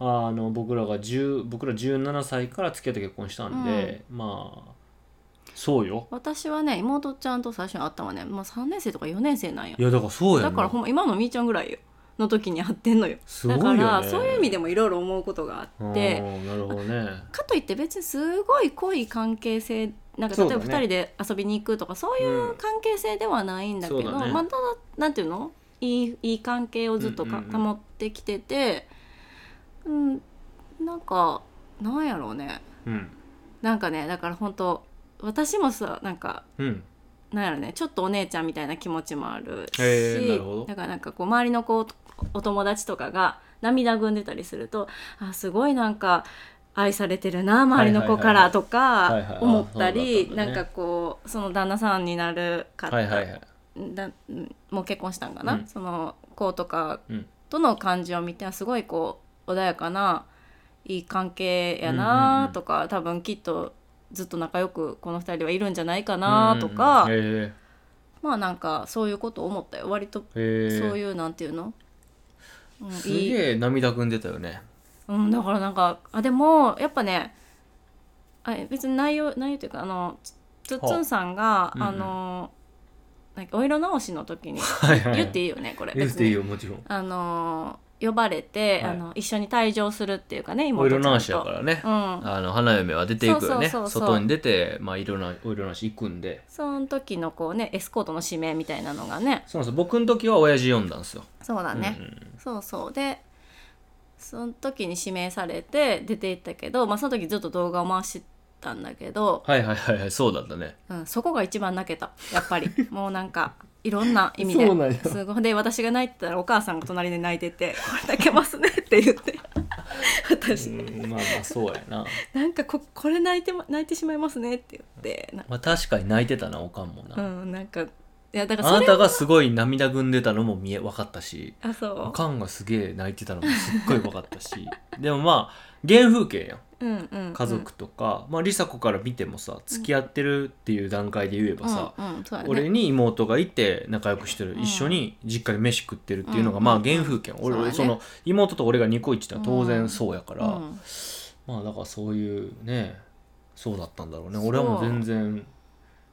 [SPEAKER 1] あの僕らが10僕ら17歳から付き合って結婚したんで、まあそうよ
[SPEAKER 2] 私はね妹ちゃんと最初に会ったのはね、まあ、3年生とか4年生なんや
[SPEAKER 1] いやだからそうやんな
[SPEAKER 2] だからほんま今のみーちゃんぐらいよの時に会ってんのよ
[SPEAKER 1] すごいよね
[SPEAKER 2] だからそういう意味でもいろいろ思うことがあって、
[SPEAKER 1] うんなるほどね
[SPEAKER 2] かといって別にすごい濃い関係性なんか
[SPEAKER 1] そうだ
[SPEAKER 2] 例え
[SPEAKER 1] ね
[SPEAKER 2] ば2人で遊びに行くとかそう,、いう関係性ではないんだけど、
[SPEAKER 1] うんそうだね
[SPEAKER 2] まあただなんていうのいいいい関係をずっとか、
[SPEAKER 1] うんうんうん
[SPEAKER 2] 保ってきててうんなんかなんやろうね
[SPEAKER 1] うん
[SPEAKER 2] なんかねだから本当私もさなんか
[SPEAKER 1] うん
[SPEAKER 2] なんやろねちょっとお姉ちゃんみたいな気持ちもあるし、
[SPEAKER 1] へーなるほど
[SPEAKER 2] だからなんかこう周りのこうお友達とかが涙ぐんでたりするとあすごいなんか愛されてるな周りの子か
[SPEAKER 1] は
[SPEAKER 2] ら
[SPEAKER 1] い
[SPEAKER 2] と
[SPEAKER 1] はいはい
[SPEAKER 2] か思った
[SPEAKER 1] はいはいあ
[SPEAKER 2] り
[SPEAKER 1] そうだったんだ
[SPEAKER 2] な
[SPEAKER 1] ね
[SPEAKER 2] んかこうその旦那さんになる方、
[SPEAKER 1] はいはいはい
[SPEAKER 2] だうんもう結婚したんかな、
[SPEAKER 1] うん
[SPEAKER 2] その子とか
[SPEAKER 1] うん
[SPEAKER 2] との感じを見てあすごいこう穏やかないい関係やなとか、多分きっとずっと仲良くこの2人はいるんじゃないかなとか。
[SPEAKER 1] うんうんうんへ
[SPEAKER 2] まあなんかそういうことを思ったよ割と
[SPEAKER 1] え
[SPEAKER 2] そ
[SPEAKER 1] へえ
[SPEAKER 2] ういうなんていうの、うん、
[SPEAKER 1] す
[SPEAKER 2] いい、
[SPEAKER 1] げえ涙ぐんでたよね
[SPEAKER 2] うん、だからなんかあでもやっぱねあ別に内容内容というかあのつつっつんさんが、
[SPEAKER 1] うんうん
[SPEAKER 2] あのなんかお色直しの時に
[SPEAKER 1] はいは
[SPEAKER 2] 言って
[SPEAKER 1] い
[SPEAKER 2] いいよねこれ
[SPEAKER 1] 言っていいよ
[SPEAKER 2] 別に
[SPEAKER 1] もちろん
[SPEAKER 2] あの呼ばれて、
[SPEAKER 1] はい
[SPEAKER 2] あの一緒に退場するっていうかね
[SPEAKER 1] お
[SPEAKER 2] 妹ち
[SPEAKER 1] 色
[SPEAKER 2] ゃんと
[SPEAKER 1] 直しやからね、
[SPEAKER 2] うん
[SPEAKER 1] あの花嫁は出ていくよね
[SPEAKER 2] そうそうそうそう
[SPEAKER 1] 外に出て、まあ、色なお色直し行くんで
[SPEAKER 2] その時のこうねエスコートの指名みたいなのがね
[SPEAKER 1] そうそう僕の時は親父呼んだんですよ、
[SPEAKER 2] そうだね、
[SPEAKER 1] うん
[SPEAKER 2] そうそうでその時に指名されて出て行ったけど、まあ、その時ずっと動画を回してたんだけど、
[SPEAKER 1] はいはいはいはいそうだったね
[SPEAKER 2] うん、そこが一番泣けたやっぱりもうなんかいろんな意味
[SPEAKER 3] そうなん
[SPEAKER 2] で
[SPEAKER 3] や
[SPEAKER 2] すごいで私が泣いてたらお母さんが隣で泣いてて「これ泣けますね」って言って 私
[SPEAKER 1] うんまあまあそうやな、
[SPEAKER 2] なんかここれ泣いてま泣いてしまいますねって言ってな
[SPEAKER 1] まあ、確かに泣いてたなおかんもな、
[SPEAKER 2] うんなんかいやだから
[SPEAKER 1] あ
[SPEAKER 2] そ
[SPEAKER 1] な
[SPEAKER 2] れ
[SPEAKER 1] たがすごい涙ぐんでたのも見え分かったし
[SPEAKER 2] あそう
[SPEAKER 1] おかんがすげえ泣いてたのもすっごい分かったし でもまあ原風景やん
[SPEAKER 2] うんうんうん
[SPEAKER 1] 家族とか、まあ梨紗子から見てもさ付き合ってるっていう段階で言えばさ、
[SPEAKER 2] うんうんそうやね、
[SPEAKER 1] 俺に妹がいて仲良くしてる、
[SPEAKER 2] うん
[SPEAKER 1] 一緒に実家で飯食ってるっていうのが、
[SPEAKER 2] うん
[SPEAKER 1] まあ原風景、
[SPEAKER 2] そう
[SPEAKER 1] 俺
[SPEAKER 2] だね
[SPEAKER 1] その妹と俺がニコイチってのは当
[SPEAKER 2] う
[SPEAKER 1] 然
[SPEAKER 2] ん
[SPEAKER 1] そうやから、
[SPEAKER 2] うん
[SPEAKER 1] まあだからそういうねそうだったんだろうね
[SPEAKER 2] そう
[SPEAKER 1] 俺はもう全然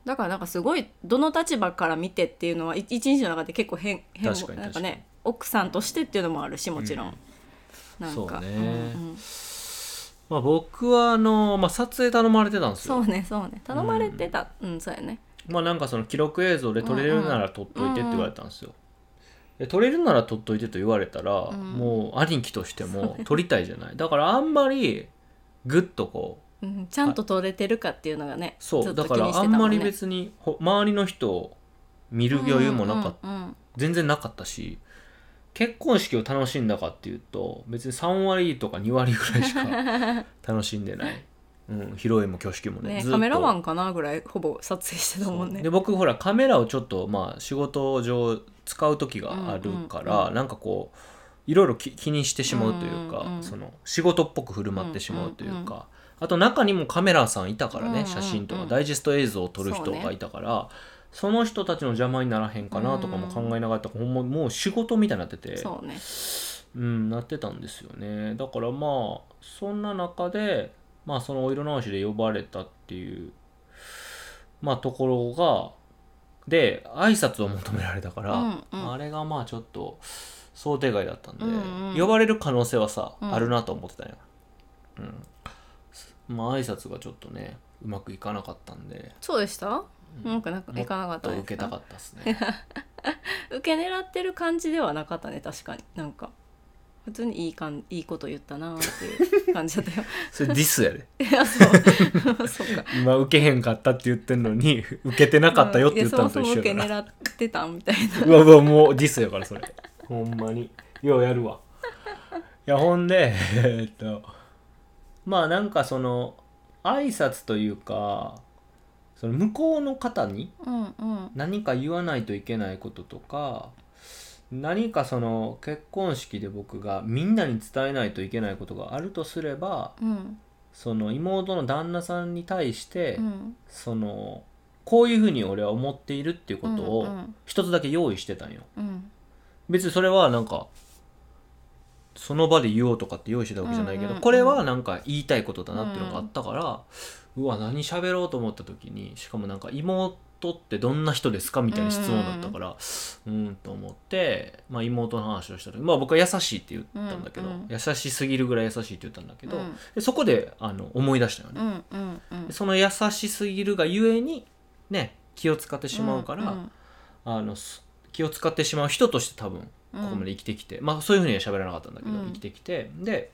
[SPEAKER 2] だからなんかすごいどの立場から見てっていうのは一一日の中で結構変変
[SPEAKER 1] 確かに
[SPEAKER 2] なんかね奥さんとしてっていうのもあるしもちろん、
[SPEAKER 1] うん
[SPEAKER 2] なんか
[SPEAKER 1] そうね
[SPEAKER 2] んうん
[SPEAKER 1] まあ僕はあの、まあ、撮影頼まれてたんです
[SPEAKER 2] そ
[SPEAKER 1] よ
[SPEAKER 2] うねそうね頼まれてたうん、そうやね
[SPEAKER 1] まあなんかその記録映像で撮れるなら撮っといてって言われたんですよ、で撮れるなら撮っといてと言われたら、
[SPEAKER 2] ん
[SPEAKER 1] もう兄貴としても撮りたいじゃないだからあんまりグッとこう
[SPEAKER 2] うん、ちゃんと取れてるかっていうのがね、
[SPEAKER 1] そう、
[SPEAKER 2] ずっ
[SPEAKER 1] だ
[SPEAKER 2] と気
[SPEAKER 1] か
[SPEAKER 2] に
[SPEAKER 1] ら
[SPEAKER 2] して
[SPEAKER 1] あ
[SPEAKER 2] た
[SPEAKER 1] ん
[SPEAKER 2] も
[SPEAKER 1] ま
[SPEAKER 2] んね
[SPEAKER 1] り別にほ周りの人を見る余裕もなかった、
[SPEAKER 2] うんうんうん
[SPEAKER 1] 全然なかったし結婚式を楽しんだかっていうと別に3割とか2割ぐらいしか楽しんでない、うん、披露宴も挙式もね
[SPEAKER 2] ね
[SPEAKER 1] ずっと
[SPEAKER 2] カメラマンかなぐらいほぼ撮影してたもんね
[SPEAKER 1] で僕ほらカメラをちょっとまあ仕事上使う時があるから、
[SPEAKER 2] うんうんう
[SPEAKER 1] なんかこういろいろき気にしてしまうというか、
[SPEAKER 2] うんうんうん
[SPEAKER 1] その仕事っぽく振る舞ってしまうというか、
[SPEAKER 2] うんうんうん
[SPEAKER 1] あと中にもカメラさんいたからね、
[SPEAKER 2] うんうんうん
[SPEAKER 1] 写真とかダイジェスト映像を撮る人がいたからそ,、の人たちの邪魔にならへんかなとかも考えながら、ほんまもう仕事みたいになってて
[SPEAKER 2] そうね
[SPEAKER 1] うん、なってたんですよねだからまあそんな中で、まあ、そのお色直しで呼ばれたっていう、まあ、ところがで挨拶を求められたから、
[SPEAKER 2] うんうん
[SPEAKER 1] まああれがまあちょっと想定外だったんで、
[SPEAKER 2] うんうん
[SPEAKER 1] 呼ばれる可能性はさ、
[SPEAKER 2] うん
[SPEAKER 1] あるなと思ってたよ、うんまあ挨拶がちょっとねうまくいかなかったんで
[SPEAKER 2] そうでしたなんかなんか
[SPEAKER 1] も
[SPEAKER 2] いかなか
[SPEAKER 1] っ
[SPEAKER 2] っ
[SPEAKER 1] と
[SPEAKER 2] たです
[SPEAKER 1] 受けたかったですね
[SPEAKER 2] 受け狙ってる感じではなかったね確かになんか普通にいいかんいいこと言ったなーっていう感じだったよ
[SPEAKER 1] それディスやで
[SPEAKER 2] いやそ う そうか
[SPEAKER 1] 今受けへんかったって言ってんの に受けてなかったよって言ったのと
[SPEAKER 2] うんいやそもそも
[SPEAKER 1] 一緒
[SPEAKER 2] 受け
[SPEAKER 1] やな
[SPEAKER 2] 狙ってたみたい う
[SPEAKER 1] わうわもうディスやからそれほんまにようやるわいやほんで えーっとまあなんかその挨拶というかその向こうの方に
[SPEAKER 2] なうんうん
[SPEAKER 1] 何か言わないといけないこととか何かその結婚式で僕がみんなに伝えないといけないことがあるとすれば
[SPEAKER 2] うん
[SPEAKER 1] その妹の旦那さんに対して、
[SPEAKER 2] うん
[SPEAKER 1] そのこういうふうに俺は思っているっていうこと
[SPEAKER 2] う
[SPEAKER 1] を
[SPEAKER 2] ん
[SPEAKER 1] 一つだけ用意してたんよ
[SPEAKER 2] うん
[SPEAKER 1] 別にそれはなんかその場で言おうとかって用意してたわけじゃないけど、
[SPEAKER 2] うんうんうん
[SPEAKER 1] これはなんか言いたいことだなっていうのがあったから、うわ何喋ろうと思った時にしかもなんか妹ってどんな人ですかみたいな質問だったからうん,、と思って、まあ、妹の話をした時、まあ、僕は優しいって言ったんだけど、
[SPEAKER 2] うんうん
[SPEAKER 1] 優しすぎるぐらい優しいって言ったんだけど、
[SPEAKER 2] うん
[SPEAKER 1] でそこであの思い出したよね
[SPEAKER 2] う。んうんうん
[SPEAKER 1] でその優しすぎるがゆえにね気を使ってしまうから、
[SPEAKER 2] ん
[SPEAKER 1] あのす気を使ってしまう人として多分こ
[SPEAKER 2] うん
[SPEAKER 1] こまで生きてきて、まあそういうふうには喋らなかったんだけど、
[SPEAKER 2] うん
[SPEAKER 1] 生きてきてで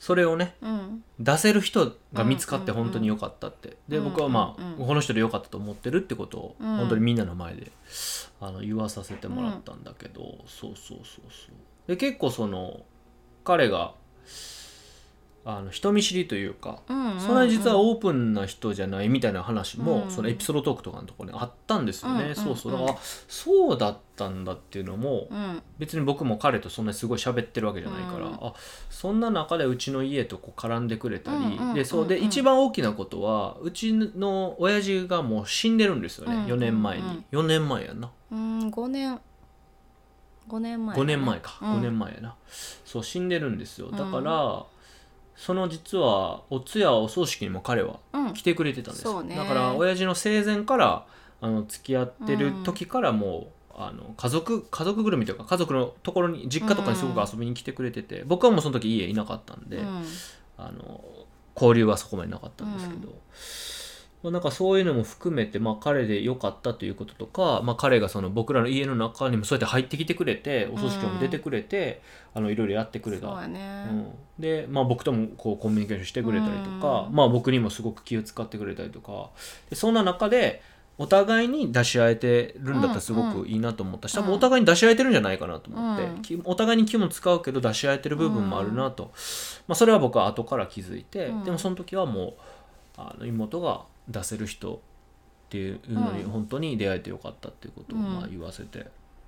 [SPEAKER 1] それをね
[SPEAKER 2] うん
[SPEAKER 1] 出せる人が見つかって
[SPEAKER 2] うんうんうん
[SPEAKER 1] 本当に良かったって、
[SPEAKER 2] うん
[SPEAKER 1] で僕はまあ、
[SPEAKER 2] うんうん
[SPEAKER 1] この人で良かったと思ってるってことを、
[SPEAKER 2] うん
[SPEAKER 1] 本当にみんなの前であの言わさせてもらったんだけど、そうそうそうそうで結構その彼があの人見知りというか、
[SPEAKER 2] うんうん
[SPEAKER 1] そんなに実はオープンな人じゃないみたいな話も、
[SPEAKER 2] うん
[SPEAKER 1] そのエピソードトークとかのところにあったんですよね、
[SPEAKER 2] うん
[SPEAKER 1] そうそう
[SPEAKER 2] う
[SPEAKER 1] だ
[SPEAKER 2] ん
[SPEAKER 1] からあそうだったんだっていうのも
[SPEAKER 2] うん
[SPEAKER 1] 別に僕も彼とそんなにすごい喋ってるわけじゃないから、
[SPEAKER 2] うん
[SPEAKER 1] あそんな中でうちの家とこう絡んでくれたり、
[SPEAKER 2] うんうん
[SPEAKER 1] でそうで、
[SPEAKER 2] うんうん
[SPEAKER 1] 一番大きなことはうちの親父がもう死んでるんですよね、
[SPEAKER 2] うん
[SPEAKER 1] 4年前に、
[SPEAKER 2] うん
[SPEAKER 1] 4年前やんな
[SPEAKER 2] うん5年5年前
[SPEAKER 1] 5年前か、
[SPEAKER 2] うん
[SPEAKER 1] 5年前やなそう死んでるんですよだから、
[SPEAKER 2] うん
[SPEAKER 1] その実はお通夜お葬式にも彼は
[SPEAKER 2] うん
[SPEAKER 1] 来てくれてたんですよ
[SPEAKER 2] そうね
[SPEAKER 1] だから親父の生前からあの付き合ってる時からもう、あの家族家族ぐるみというか家族のところに実家とかにすごく遊びに来てくれてて、僕はもうその時家いなかったんで、
[SPEAKER 2] うん
[SPEAKER 1] あの交流はそこまでなかったんですけど、まあ、なんかそういうのも含めて、まあ、彼で良かったということとか、まあ、彼がその僕らの家の中にもそうやって入ってきてくれてお葬式も出てくれて、あのいろいろやってくれた
[SPEAKER 2] そうやね
[SPEAKER 1] うん、で、まあ、僕ともこうコミュニケーションしてくれたりとか、
[SPEAKER 2] うん
[SPEAKER 1] まあ、僕にもすごく気を使ってくれたりとかでそんな中でお互いに出し合えてるんだったらすごくいいなと思ったし、多分お互いに出し合えてるんじゃないかなと思って、
[SPEAKER 2] うん
[SPEAKER 1] きお互いに気も使うけど出し合えてる部分もあるなと、まあ、それは僕は後から気づいて、
[SPEAKER 2] うん
[SPEAKER 1] でもその時はもうあの妹が出せる人っていうのに
[SPEAKER 2] うん
[SPEAKER 1] 本当に出会えてよかったっていうことを
[SPEAKER 2] うん
[SPEAKER 1] まあ言わせて、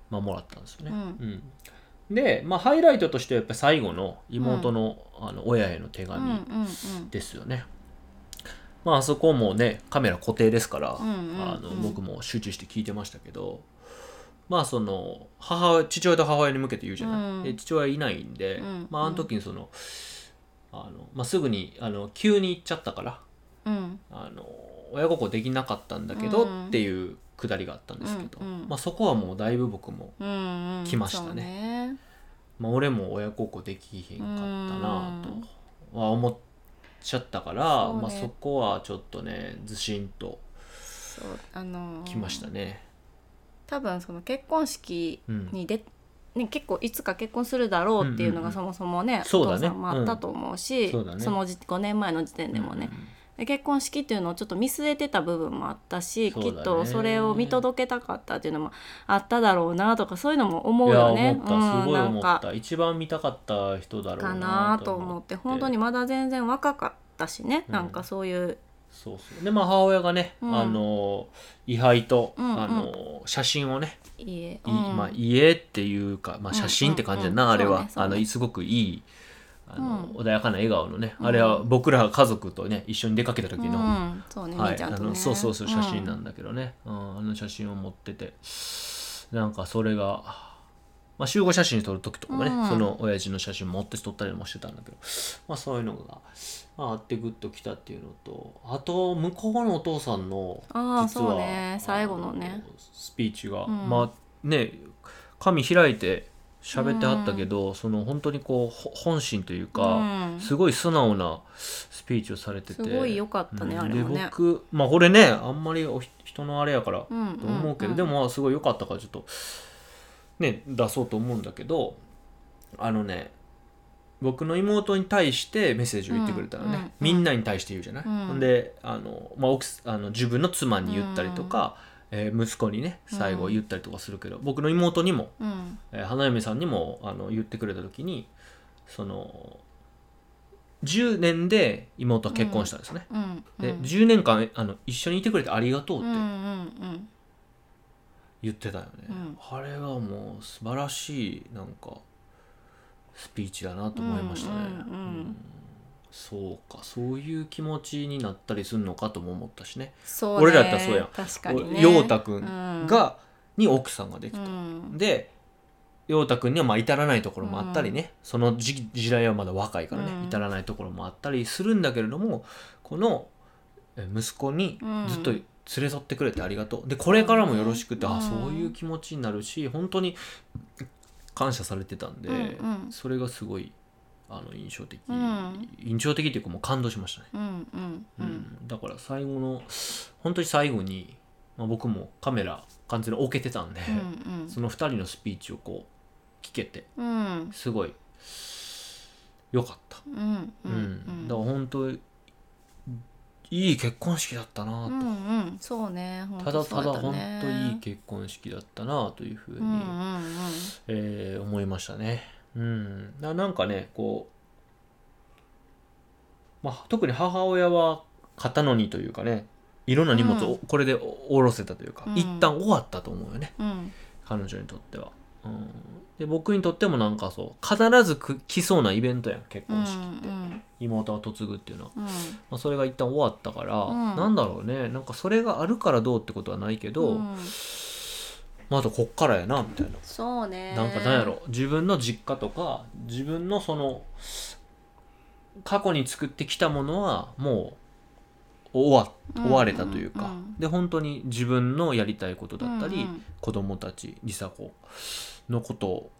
[SPEAKER 1] まあ、もらったんですよね。
[SPEAKER 2] う
[SPEAKER 1] うんで、まあ、ハイライトとしてはやっぱり最後の妹の,、あの親への手
[SPEAKER 2] うんうん
[SPEAKER 1] 紙ですよね。まああそこもねカメラ固定ですから、
[SPEAKER 2] うんうん
[SPEAKER 1] あの
[SPEAKER 2] うん
[SPEAKER 1] 僕も集中して聞いてましたけどまあその母親父親と母親に向けて言うじゃない、
[SPEAKER 2] うん
[SPEAKER 1] で父親いないんで、
[SPEAKER 2] うん
[SPEAKER 1] まああの時にそのあの、まあ、すぐにあの急に行っちゃったから
[SPEAKER 2] うんうん
[SPEAKER 1] あの親孝行できなかったんだけど、
[SPEAKER 2] うん
[SPEAKER 1] っていうくだりがあったんですけど、
[SPEAKER 2] うんうん
[SPEAKER 1] まあ、そこはもうだいぶ僕も、
[SPEAKER 2] うんうん
[SPEAKER 1] 来ましたね
[SPEAKER 2] そうね
[SPEAKER 1] まあ、俺も親孝行できへんかったな
[SPEAKER 2] うん
[SPEAKER 1] とは思っちゃったから、
[SPEAKER 2] そうね
[SPEAKER 1] まあ、そこはちょっとねずしんと
[SPEAKER 2] そうあのー
[SPEAKER 1] きましたね。
[SPEAKER 2] 多分その結婚式
[SPEAKER 1] うん
[SPEAKER 2] にで、ね、結構いつか結婚するだろうっていうのが
[SPEAKER 1] うんう
[SPEAKER 2] そもそもね、
[SPEAKER 1] そうだね
[SPEAKER 2] お父さんもあったと思うし、
[SPEAKER 1] うんそうだね
[SPEAKER 2] のじ5年前の時点でもね、で結婚式っていうのをちょっと見据えてた部分もあったし、
[SPEAKER 1] そうだ
[SPEAKER 2] き
[SPEAKER 1] ね
[SPEAKER 2] っとそれを見届けたかったっていうのもあっただろうなとかそういうのも思
[SPEAKER 1] いうや
[SPEAKER 2] よ
[SPEAKER 1] 思
[SPEAKER 2] ね。
[SPEAKER 1] ったすごい
[SPEAKER 2] うん、な
[SPEAKER 1] 思
[SPEAKER 2] ん
[SPEAKER 1] っ
[SPEAKER 2] か
[SPEAKER 1] た一番見たかった人だろ
[SPEAKER 2] か
[SPEAKER 1] う
[SPEAKER 2] な
[SPEAKER 1] な
[SPEAKER 2] と
[SPEAKER 1] と
[SPEAKER 2] 思
[SPEAKER 1] 思
[SPEAKER 2] っ
[SPEAKER 1] ってて
[SPEAKER 2] 本当にまだ全然若かったしね、
[SPEAKER 1] うん
[SPEAKER 2] なんかそういう
[SPEAKER 1] そうそうでまあ母親がね、
[SPEAKER 2] うん
[SPEAKER 1] あの位牌と、
[SPEAKER 2] うんうん
[SPEAKER 1] あの写真をね、
[SPEAKER 2] 家、
[SPEAKER 1] い
[SPEAKER 2] うん
[SPEAKER 1] まあ、家っていうか、まあ、写真って感じだな、
[SPEAKER 2] うんうんうん
[SPEAKER 1] あれは、
[SPEAKER 2] そうねそうね
[SPEAKER 1] あのすごくいいあの、
[SPEAKER 2] う
[SPEAKER 1] 穏やかな笑顔のね、
[SPEAKER 2] うん
[SPEAKER 1] あれは僕ら家族とね一緒に出かけた時の、
[SPEAKER 2] うん、そうね、
[SPEAKER 1] は
[SPEAKER 2] みー
[SPEAKER 1] い、
[SPEAKER 2] ちゃ
[SPEAKER 1] あ
[SPEAKER 2] んと
[SPEAKER 1] の
[SPEAKER 2] ね
[SPEAKER 1] そうそうそう写真なん
[SPEAKER 2] だ、
[SPEAKER 1] だけどね、うんあの写真を持っててなんかそれが、まあ、集合写真撮る時とかもね、
[SPEAKER 2] うん
[SPEAKER 1] その親父の写真持って撮ったりもしてたんだけど、まあ、そういうのが、まあ、あってグッときたっていうのとあと向こうのお父さんの
[SPEAKER 2] ああそうね最後のね
[SPEAKER 1] あスピーチが、
[SPEAKER 2] うん
[SPEAKER 1] まあね紙開いて喋ってはったけど、その本当にこうほ本心というか。
[SPEAKER 2] うん、
[SPEAKER 1] すごい素直なスピーチをされてて
[SPEAKER 2] すごい良かったね
[SPEAKER 1] うん
[SPEAKER 2] あれもね
[SPEAKER 1] で僕まあこれねあんまりおひ人のあれやからと
[SPEAKER 2] ん
[SPEAKER 1] 思うけど、でもまあすごい良かったからちょっとね出そうと思うんだけどあのね僕の妹に対してメッセージを言ってくれたらね、
[SPEAKER 2] うんうんうん
[SPEAKER 1] みんなに対して言うじゃない、
[SPEAKER 2] うん
[SPEAKER 1] ほんであの、まあ、奥すあの自分の妻に言ったりとか、えー息子にね最後言ったりとかするけど、僕の妹にも
[SPEAKER 2] うん
[SPEAKER 1] えー花嫁さんにもあの言ってくれた時にその10年で妹は結婚したんですね、
[SPEAKER 2] うんうん
[SPEAKER 1] で10年間あの一緒にいてくれてありがとうっ
[SPEAKER 2] うんう
[SPEAKER 1] て
[SPEAKER 2] ん
[SPEAKER 1] 言ってたよね、
[SPEAKER 2] うん
[SPEAKER 1] あれはもう素晴らしいなんかスピーチだなと思いましたね、
[SPEAKER 2] うんうんうん
[SPEAKER 1] そうかそういう気持ちになったりするのかとも思ったしね
[SPEAKER 2] そうね
[SPEAKER 1] 俺らやったらそうやん
[SPEAKER 2] 確かにね
[SPEAKER 1] 陽太くん
[SPEAKER 2] うん
[SPEAKER 1] が、に奥さんができ
[SPEAKER 2] う
[SPEAKER 1] た、
[SPEAKER 2] ん
[SPEAKER 1] で陽太君にはまあ至らないところもあったりね、その時時代はまだ若いからね、
[SPEAKER 2] うん
[SPEAKER 1] 至らないところもあったりするんだけれどもこのえ息子に
[SPEAKER 2] うん
[SPEAKER 1] ずっと連れ添ってくれてありがとう、でこれからもよろしくって、
[SPEAKER 2] うん
[SPEAKER 1] あそういう気持ちになるし本当に感謝されてたんで、
[SPEAKER 2] うんうん
[SPEAKER 1] それがすごいあの印象的、
[SPEAKER 2] うん
[SPEAKER 1] 印象的っていうかもう感動しましたね、
[SPEAKER 2] うんうん
[SPEAKER 1] う
[SPEAKER 2] う
[SPEAKER 1] ん
[SPEAKER 2] ん
[SPEAKER 1] だから最後の本当に最後に、まあ、僕もカメラ完全に置けてたんで。
[SPEAKER 2] うん
[SPEAKER 1] その2人のスピーチをこう聞けて
[SPEAKER 2] うん
[SPEAKER 1] すごい良かった、
[SPEAKER 2] うん
[SPEAKER 1] う
[SPEAKER 2] う
[SPEAKER 1] んんだ
[SPEAKER 2] う
[SPEAKER 1] から
[SPEAKER 2] ん
[SPEAKER 1] 本当いい結婚式だったな
[SPEAKER 2] う
[SPEAKER 1] と、
[SPEAKER 2] んうんそうねほん
[SPEAKER 1] た
[SPEAKER 2] と
[SPEAKER 1] だ
[SPEAKER 2] そう
[SPEAKER 1] た
[SPEAKER 2] や
[SPEAKER 1] だ
[SPEAKER 2] った
[SPEAKER 1] 本
[SPEAKER 2] ね
[SPEAKER 1] 当いい結婚式だったなというふうに、
[SPEAKER 2] うんうんうん
[SPEAKER 1] えー思いましたねうんななんかねこう、まあ、特に母親は肩の荷というかねいろんな荷物
[SPEAKER 2] う
[SPEAKER 1] をこれで下ろせたというか、
[SPEAKER 2] うん
[SPEAKER 1] 一旦終わったと思うよね
[SPEAKER 2] うん
[SPEAKER 1] 彼女にとっては、うん、で僕にとってもなんかそう必ずく来そうなイベントやん結
[SPEAKER 2] うん
[SPEAKER 1] 婚式って、
[SPEAKER 2] うん
[SPEAKER 1] 妹が嫁ぐっていうのは、
[SPEAKER 2] うん
[SPEAKER 1] まあ、それが一旦終わったから、
[SPEAKER 2] うん
[SPEAKER 1] なんだろうねなんかそれがあるからどうってことはないけど、
[SPEAKER 2] うん
[SPEAKER 1] まあ、あとこっからやなみたいな、
[SPEAKER 2] そうね
[SPEAKER 1] なんかなんやろ自分の実家とか自分のその過去に作ってきたものはもう終わ
[SPEAKER 2] うん
[SPEAKER 1] 終われたというか、
[SPEAKER 2] うんうん
[SPEAKER 1] で本当に自分のやりたいことだったり、
[SPEAKER 2] うん
[SPEAKER 1] 子供たち梨紗子のことを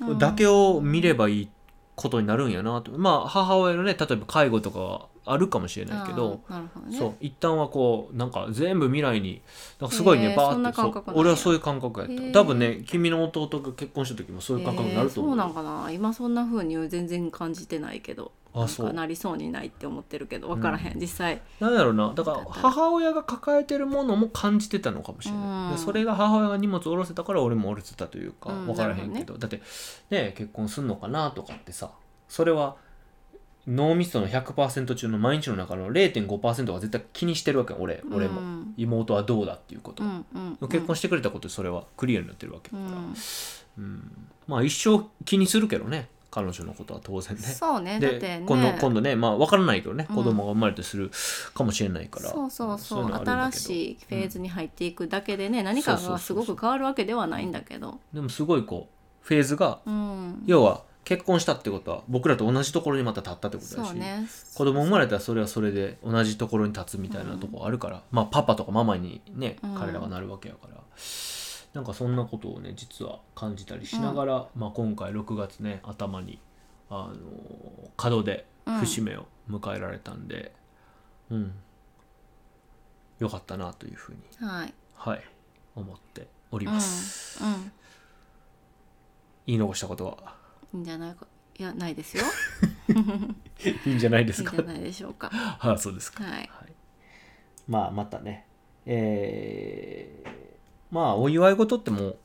[SPEAKER 2] うん
[SPEAKER 1] だけを見ればいいことになるんやなと、まあ母親のね例えば介護とかはあるかもしれないけど、
[SPEAKER 2] あーなるほどね
[SPEAKER 1] そう一旦はこうなんか全部未来になんかすごい
[SPEAKER 2] へ
[SPEAKER 1] ね
[SPEAKER 2] ー
[SPEAKER 1] バ
[SPEAKER 2] そ
[SPEAKER 1] ー
[SPEAKER 2] んな
[SPEAKER 1] ってそ
[SPEAKER 2] 感
[SPEAKER 1] う
[SPEAKER 2] 覚なんや
[SPEAKER 1] 俺はそういう感覚や
[SPEAKER 2] へ
[SPEAKER 1] っ
[SPEAKER 2] ー
[SPEAKER 1] た多分ね君の弟が結婚した時もそういう感覚になると思う,、
[SPEAKER 2] えーそうなんかな今そんな風に全然感じてないけど
[SPEAKER 1] あ
[SPEAKER 2] なん
[SPEAKER 1] そう
[SPEAKER 2] かなりそうにないって思ってるけど分からへん、実際
[SPEAKER 1] なんだろうなだから
[SPEAKER 2] なんか
[SPEAKER 1] 母親が抱えてるものも感じてたのかもしれない、
[SPEAKER 2] うん
[SPEAKER 1] でそれが母親が荷物を下ろせたから俺も下ろせたというか
[SPEAKER 2] うん
[SPEAKER 1] 分からへんけど、だってね結婚すんのかなとかってさそれは脳みその100%中の毎日の中の0.5%は絶対気にしてるわけよ俺俺も、
[SPEAKER 2] うん
[SPEAKER 1] 妹はどうだっていうこと
[SPEAKER 2] う、んうんうん、
[SPEAKER 1] 結婚してくれたことでそれはクリアになってるわけだ
[SPEAKER 2] う
[SPEAKER 1] から、
[SPEAKER 2] ん、
[SPEAKER 1] うんまあ一生気にするけどね彼女のことは当然ね
[SPEAKER 2] そうねだっ
[SPEAKER 1] で
[SPEAKER 2] てね
[SPEAKER 1] 今度今度ねまあ分からないけどね、
[SPEAKER 2] うん
[SPEAKER 1] 子供が生まれてするかもしれないから
[SPEAKER 2] そうそうそう
[SPEAKER 1] いのあるんだけど
[SPEAKER 2] 新しいフェーズに入っていくだけでね、何
[SPEAKER 1] そ
[SPEAKER 2] か
[SPEAKER 1] うそう
[SPEAKER 2] が
[SPEAKER 1] そ
[SPEAKER 2] す
[SPEAKER 1] うそう
[SPEAKER 2] ごく変わるわけではないんだけど
[SPEAKER 1] でもすごいこうフェーズが、
[SPEAKER 2] うん
[SPEAKER 1] 要は結婚したってことは僕らと同じところにまた立ったってことだ
[SPEAKER 2] そ
[SPEAKER 1] し、
[SPEAKER 2] うね
[SPEAKER 1] 子供生まれたらそれはそれで同じところに立つみたいなとこあるから、まあパパとかママにね
[SPEAKER 2] うん
[SPEAKER 1] 彼らがなるわけやから、なんかそんなことをね実は感じたりしながら、まあ、今回6月ね頭にあの門で節目を迎えられたんで、うんよかったなというふうに、
[SPEAKER 2] はい
[SPEAKER 1] はい、思っており
[SPEAKER 2] うんう
[SPEAKER 1] ます。
[SPEAKER 2] ん
[SPEAKER 1] 言い残したことは
[SPEAKER 2] いいんじゃないかいやないですよ
[SPEAKER 1] いいんじゃ ないで
[SPEAKER 2] いい
[SPEAKER 1] す
[SPEAKER 2] ん
[SPEAKER 1] か
[SPEAKER 2] じゃないでしょうかは
[SPEAKER 1] ああそうですか。
[SPEAKER 2] い
[SPEAKER 1] はい、まあまたねえーまあお祝い事ってもう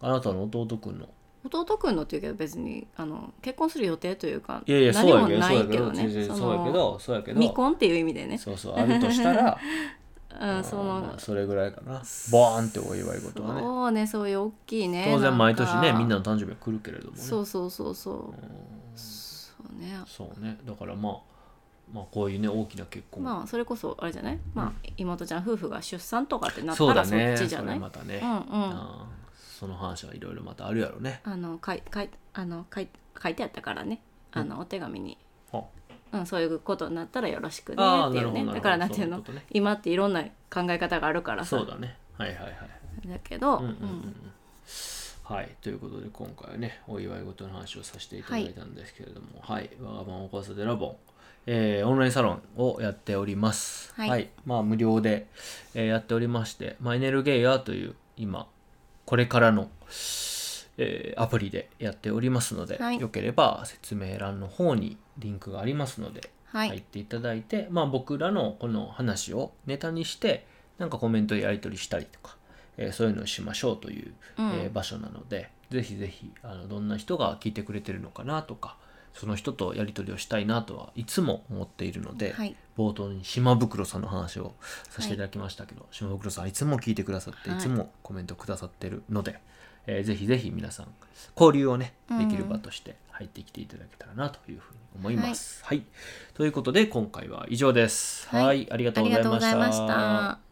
[SPEAKER 1] あなたの弟くんの
[SPEAKER 2] 弟くんのっていうけど別にあの結婚する予定というか
[SPEAKER 1] いやいやそう
[SPEAKER 2] 何
[SPEAKER 1] や
[SPEAKER 2] も
[SPEAKER 1] けど
[SPEAKER 2] な
[SPEAKER 1] そうやけど
[SPEAKER 2] いけど
[SPEAKER 1] 全
[SPEAKER 2] ね
[SPEAKER 1] 然
[SPEAKER 2] そ
[SPEAKER 1] そうやけ
[SPEAKER 2] の
[SPEAKER 1] どそうやけど
[SPEAKER 2] 未婚っていう意味でね
[SPEAKER 1] そうそうあるとしたら
[SPEAKER 2] うんそ
[SPEAKER 1] ま
[SPEAKER 2] の
[SPEAKER 1] あそれぐらいかなボーンってお祝い事はね
[SPEAKER 2] そうねそういう大きいね
[SPEAKER 1] 当然毎年ね
[SPEAKER 2] か
[SPEAKER 1] みんなの誕生日は来るけれどもね
[SPEAKER 2] そうそうそうそううんそうね
[SPEAKER 1] そうねだからまあまあこういうね大きな結婚
[SPEAKER 2] まあそれこそあれじゃないまあ妹ちゃん夫婦が出産とかってなった
[SPEAKER 1] そう
[SPEAKER 2] ら
[SPEAKER 1] だ
[SPEAKER 2] そ
[SPEAKER 1] ね
[SPEAKER 2] っちじゃ
[SPEAKER 1] そ
[SPEAKER 2] な
[SPEAKER 1] れ
[SPEAKER 2] い
[SPEAKER 1] またね
[SPEAKER 2] うんうん
[SPEAKER 1] あーその話はいろいろまたあるやろうね
[SPEAKER 2] あのかいかいあのかい書いてあったからねあのお手紙に
[SPEAKER 1] あ
[SPEAKER 2] うんそういうことになったらよろしくね
[SPEAKER 1] あー
[SPEAKER 2] ってい
[SPEAKER 1] なる
[SPEAKER 2] う
[SPEAKER 1] ほどなる
[SPEAKER 2] ね
[SPEAKER 1] ほど
[SPEAKER 2] だからなんていう
[SPEAKER 1] そういう
[SPEAKER 2] の
[SPEAKER 1] ことね
[SPEAKER 2] 今っていろんな考え方があるからさ
[SPEAKER 1] そうだねはいはいはい
[SPEAKER 2] だけど、
[SPEAKER 1] う
[SPEAKER 2] うんん
[SPEAKER 1] うんうんうんはい、ということで今回はねお祝い事の話をさせていただいたんですけれどもはい、わがままおこさでラボン、えーオンラインサロンをやっております
[SPEAKER 2] はい
[SPEAKER 1] まあ無料で、えーやっておりまして、まあ、エネルゲイヤーという今これからの、えーアプリでやっておりますので、
[SPEAKER 2] はい
[SPEAKER 1] よければ説明欄の方にリンクがありますので
[SPEAKER 2] はい、
[SPEAKER 1] 入っていただいて、まあ、僕らのこの話をネタにしてなんかコメントやり取りしたりとか、えーそういうのをしましょうという、
[SPEAKER 2] うん
[SPEAKER 1] えー場所なのでぜひぜひあのどんな人が聞いてくれてるのかなとかその人とやり取りをしたいなとはいつも思っているので、
[SPEAKER 2] はい
[SPEAKER 1] 冒頭に島袋さんの話をさせていただきましたけど、島袋さんいつも聞いてくださって、
[SPEAKER 2] はい
[SPEAKER 1] い、つもコメントくださってるので、えーぜひぜひ皆さん交流をね
[SPEAKER 2] うん
[SPEAKER 1] できる場として入ってきていただけたらなというふうに思います。はい、ということで今回は以上です。
[SPEAKER 2] はい
[SPEAKER 1] はい、ありがと
[SPEAKER 2] あ
[SPEAKER 1] うご
[SPEAKER 2] り
[SPEAKER 1] ざい
[SPEAKER 2] がと
[SPEAKER 1] ま
[SPEAKER 2] うございまし
[SPEAKER 1] した
[SPEAKER 2] た。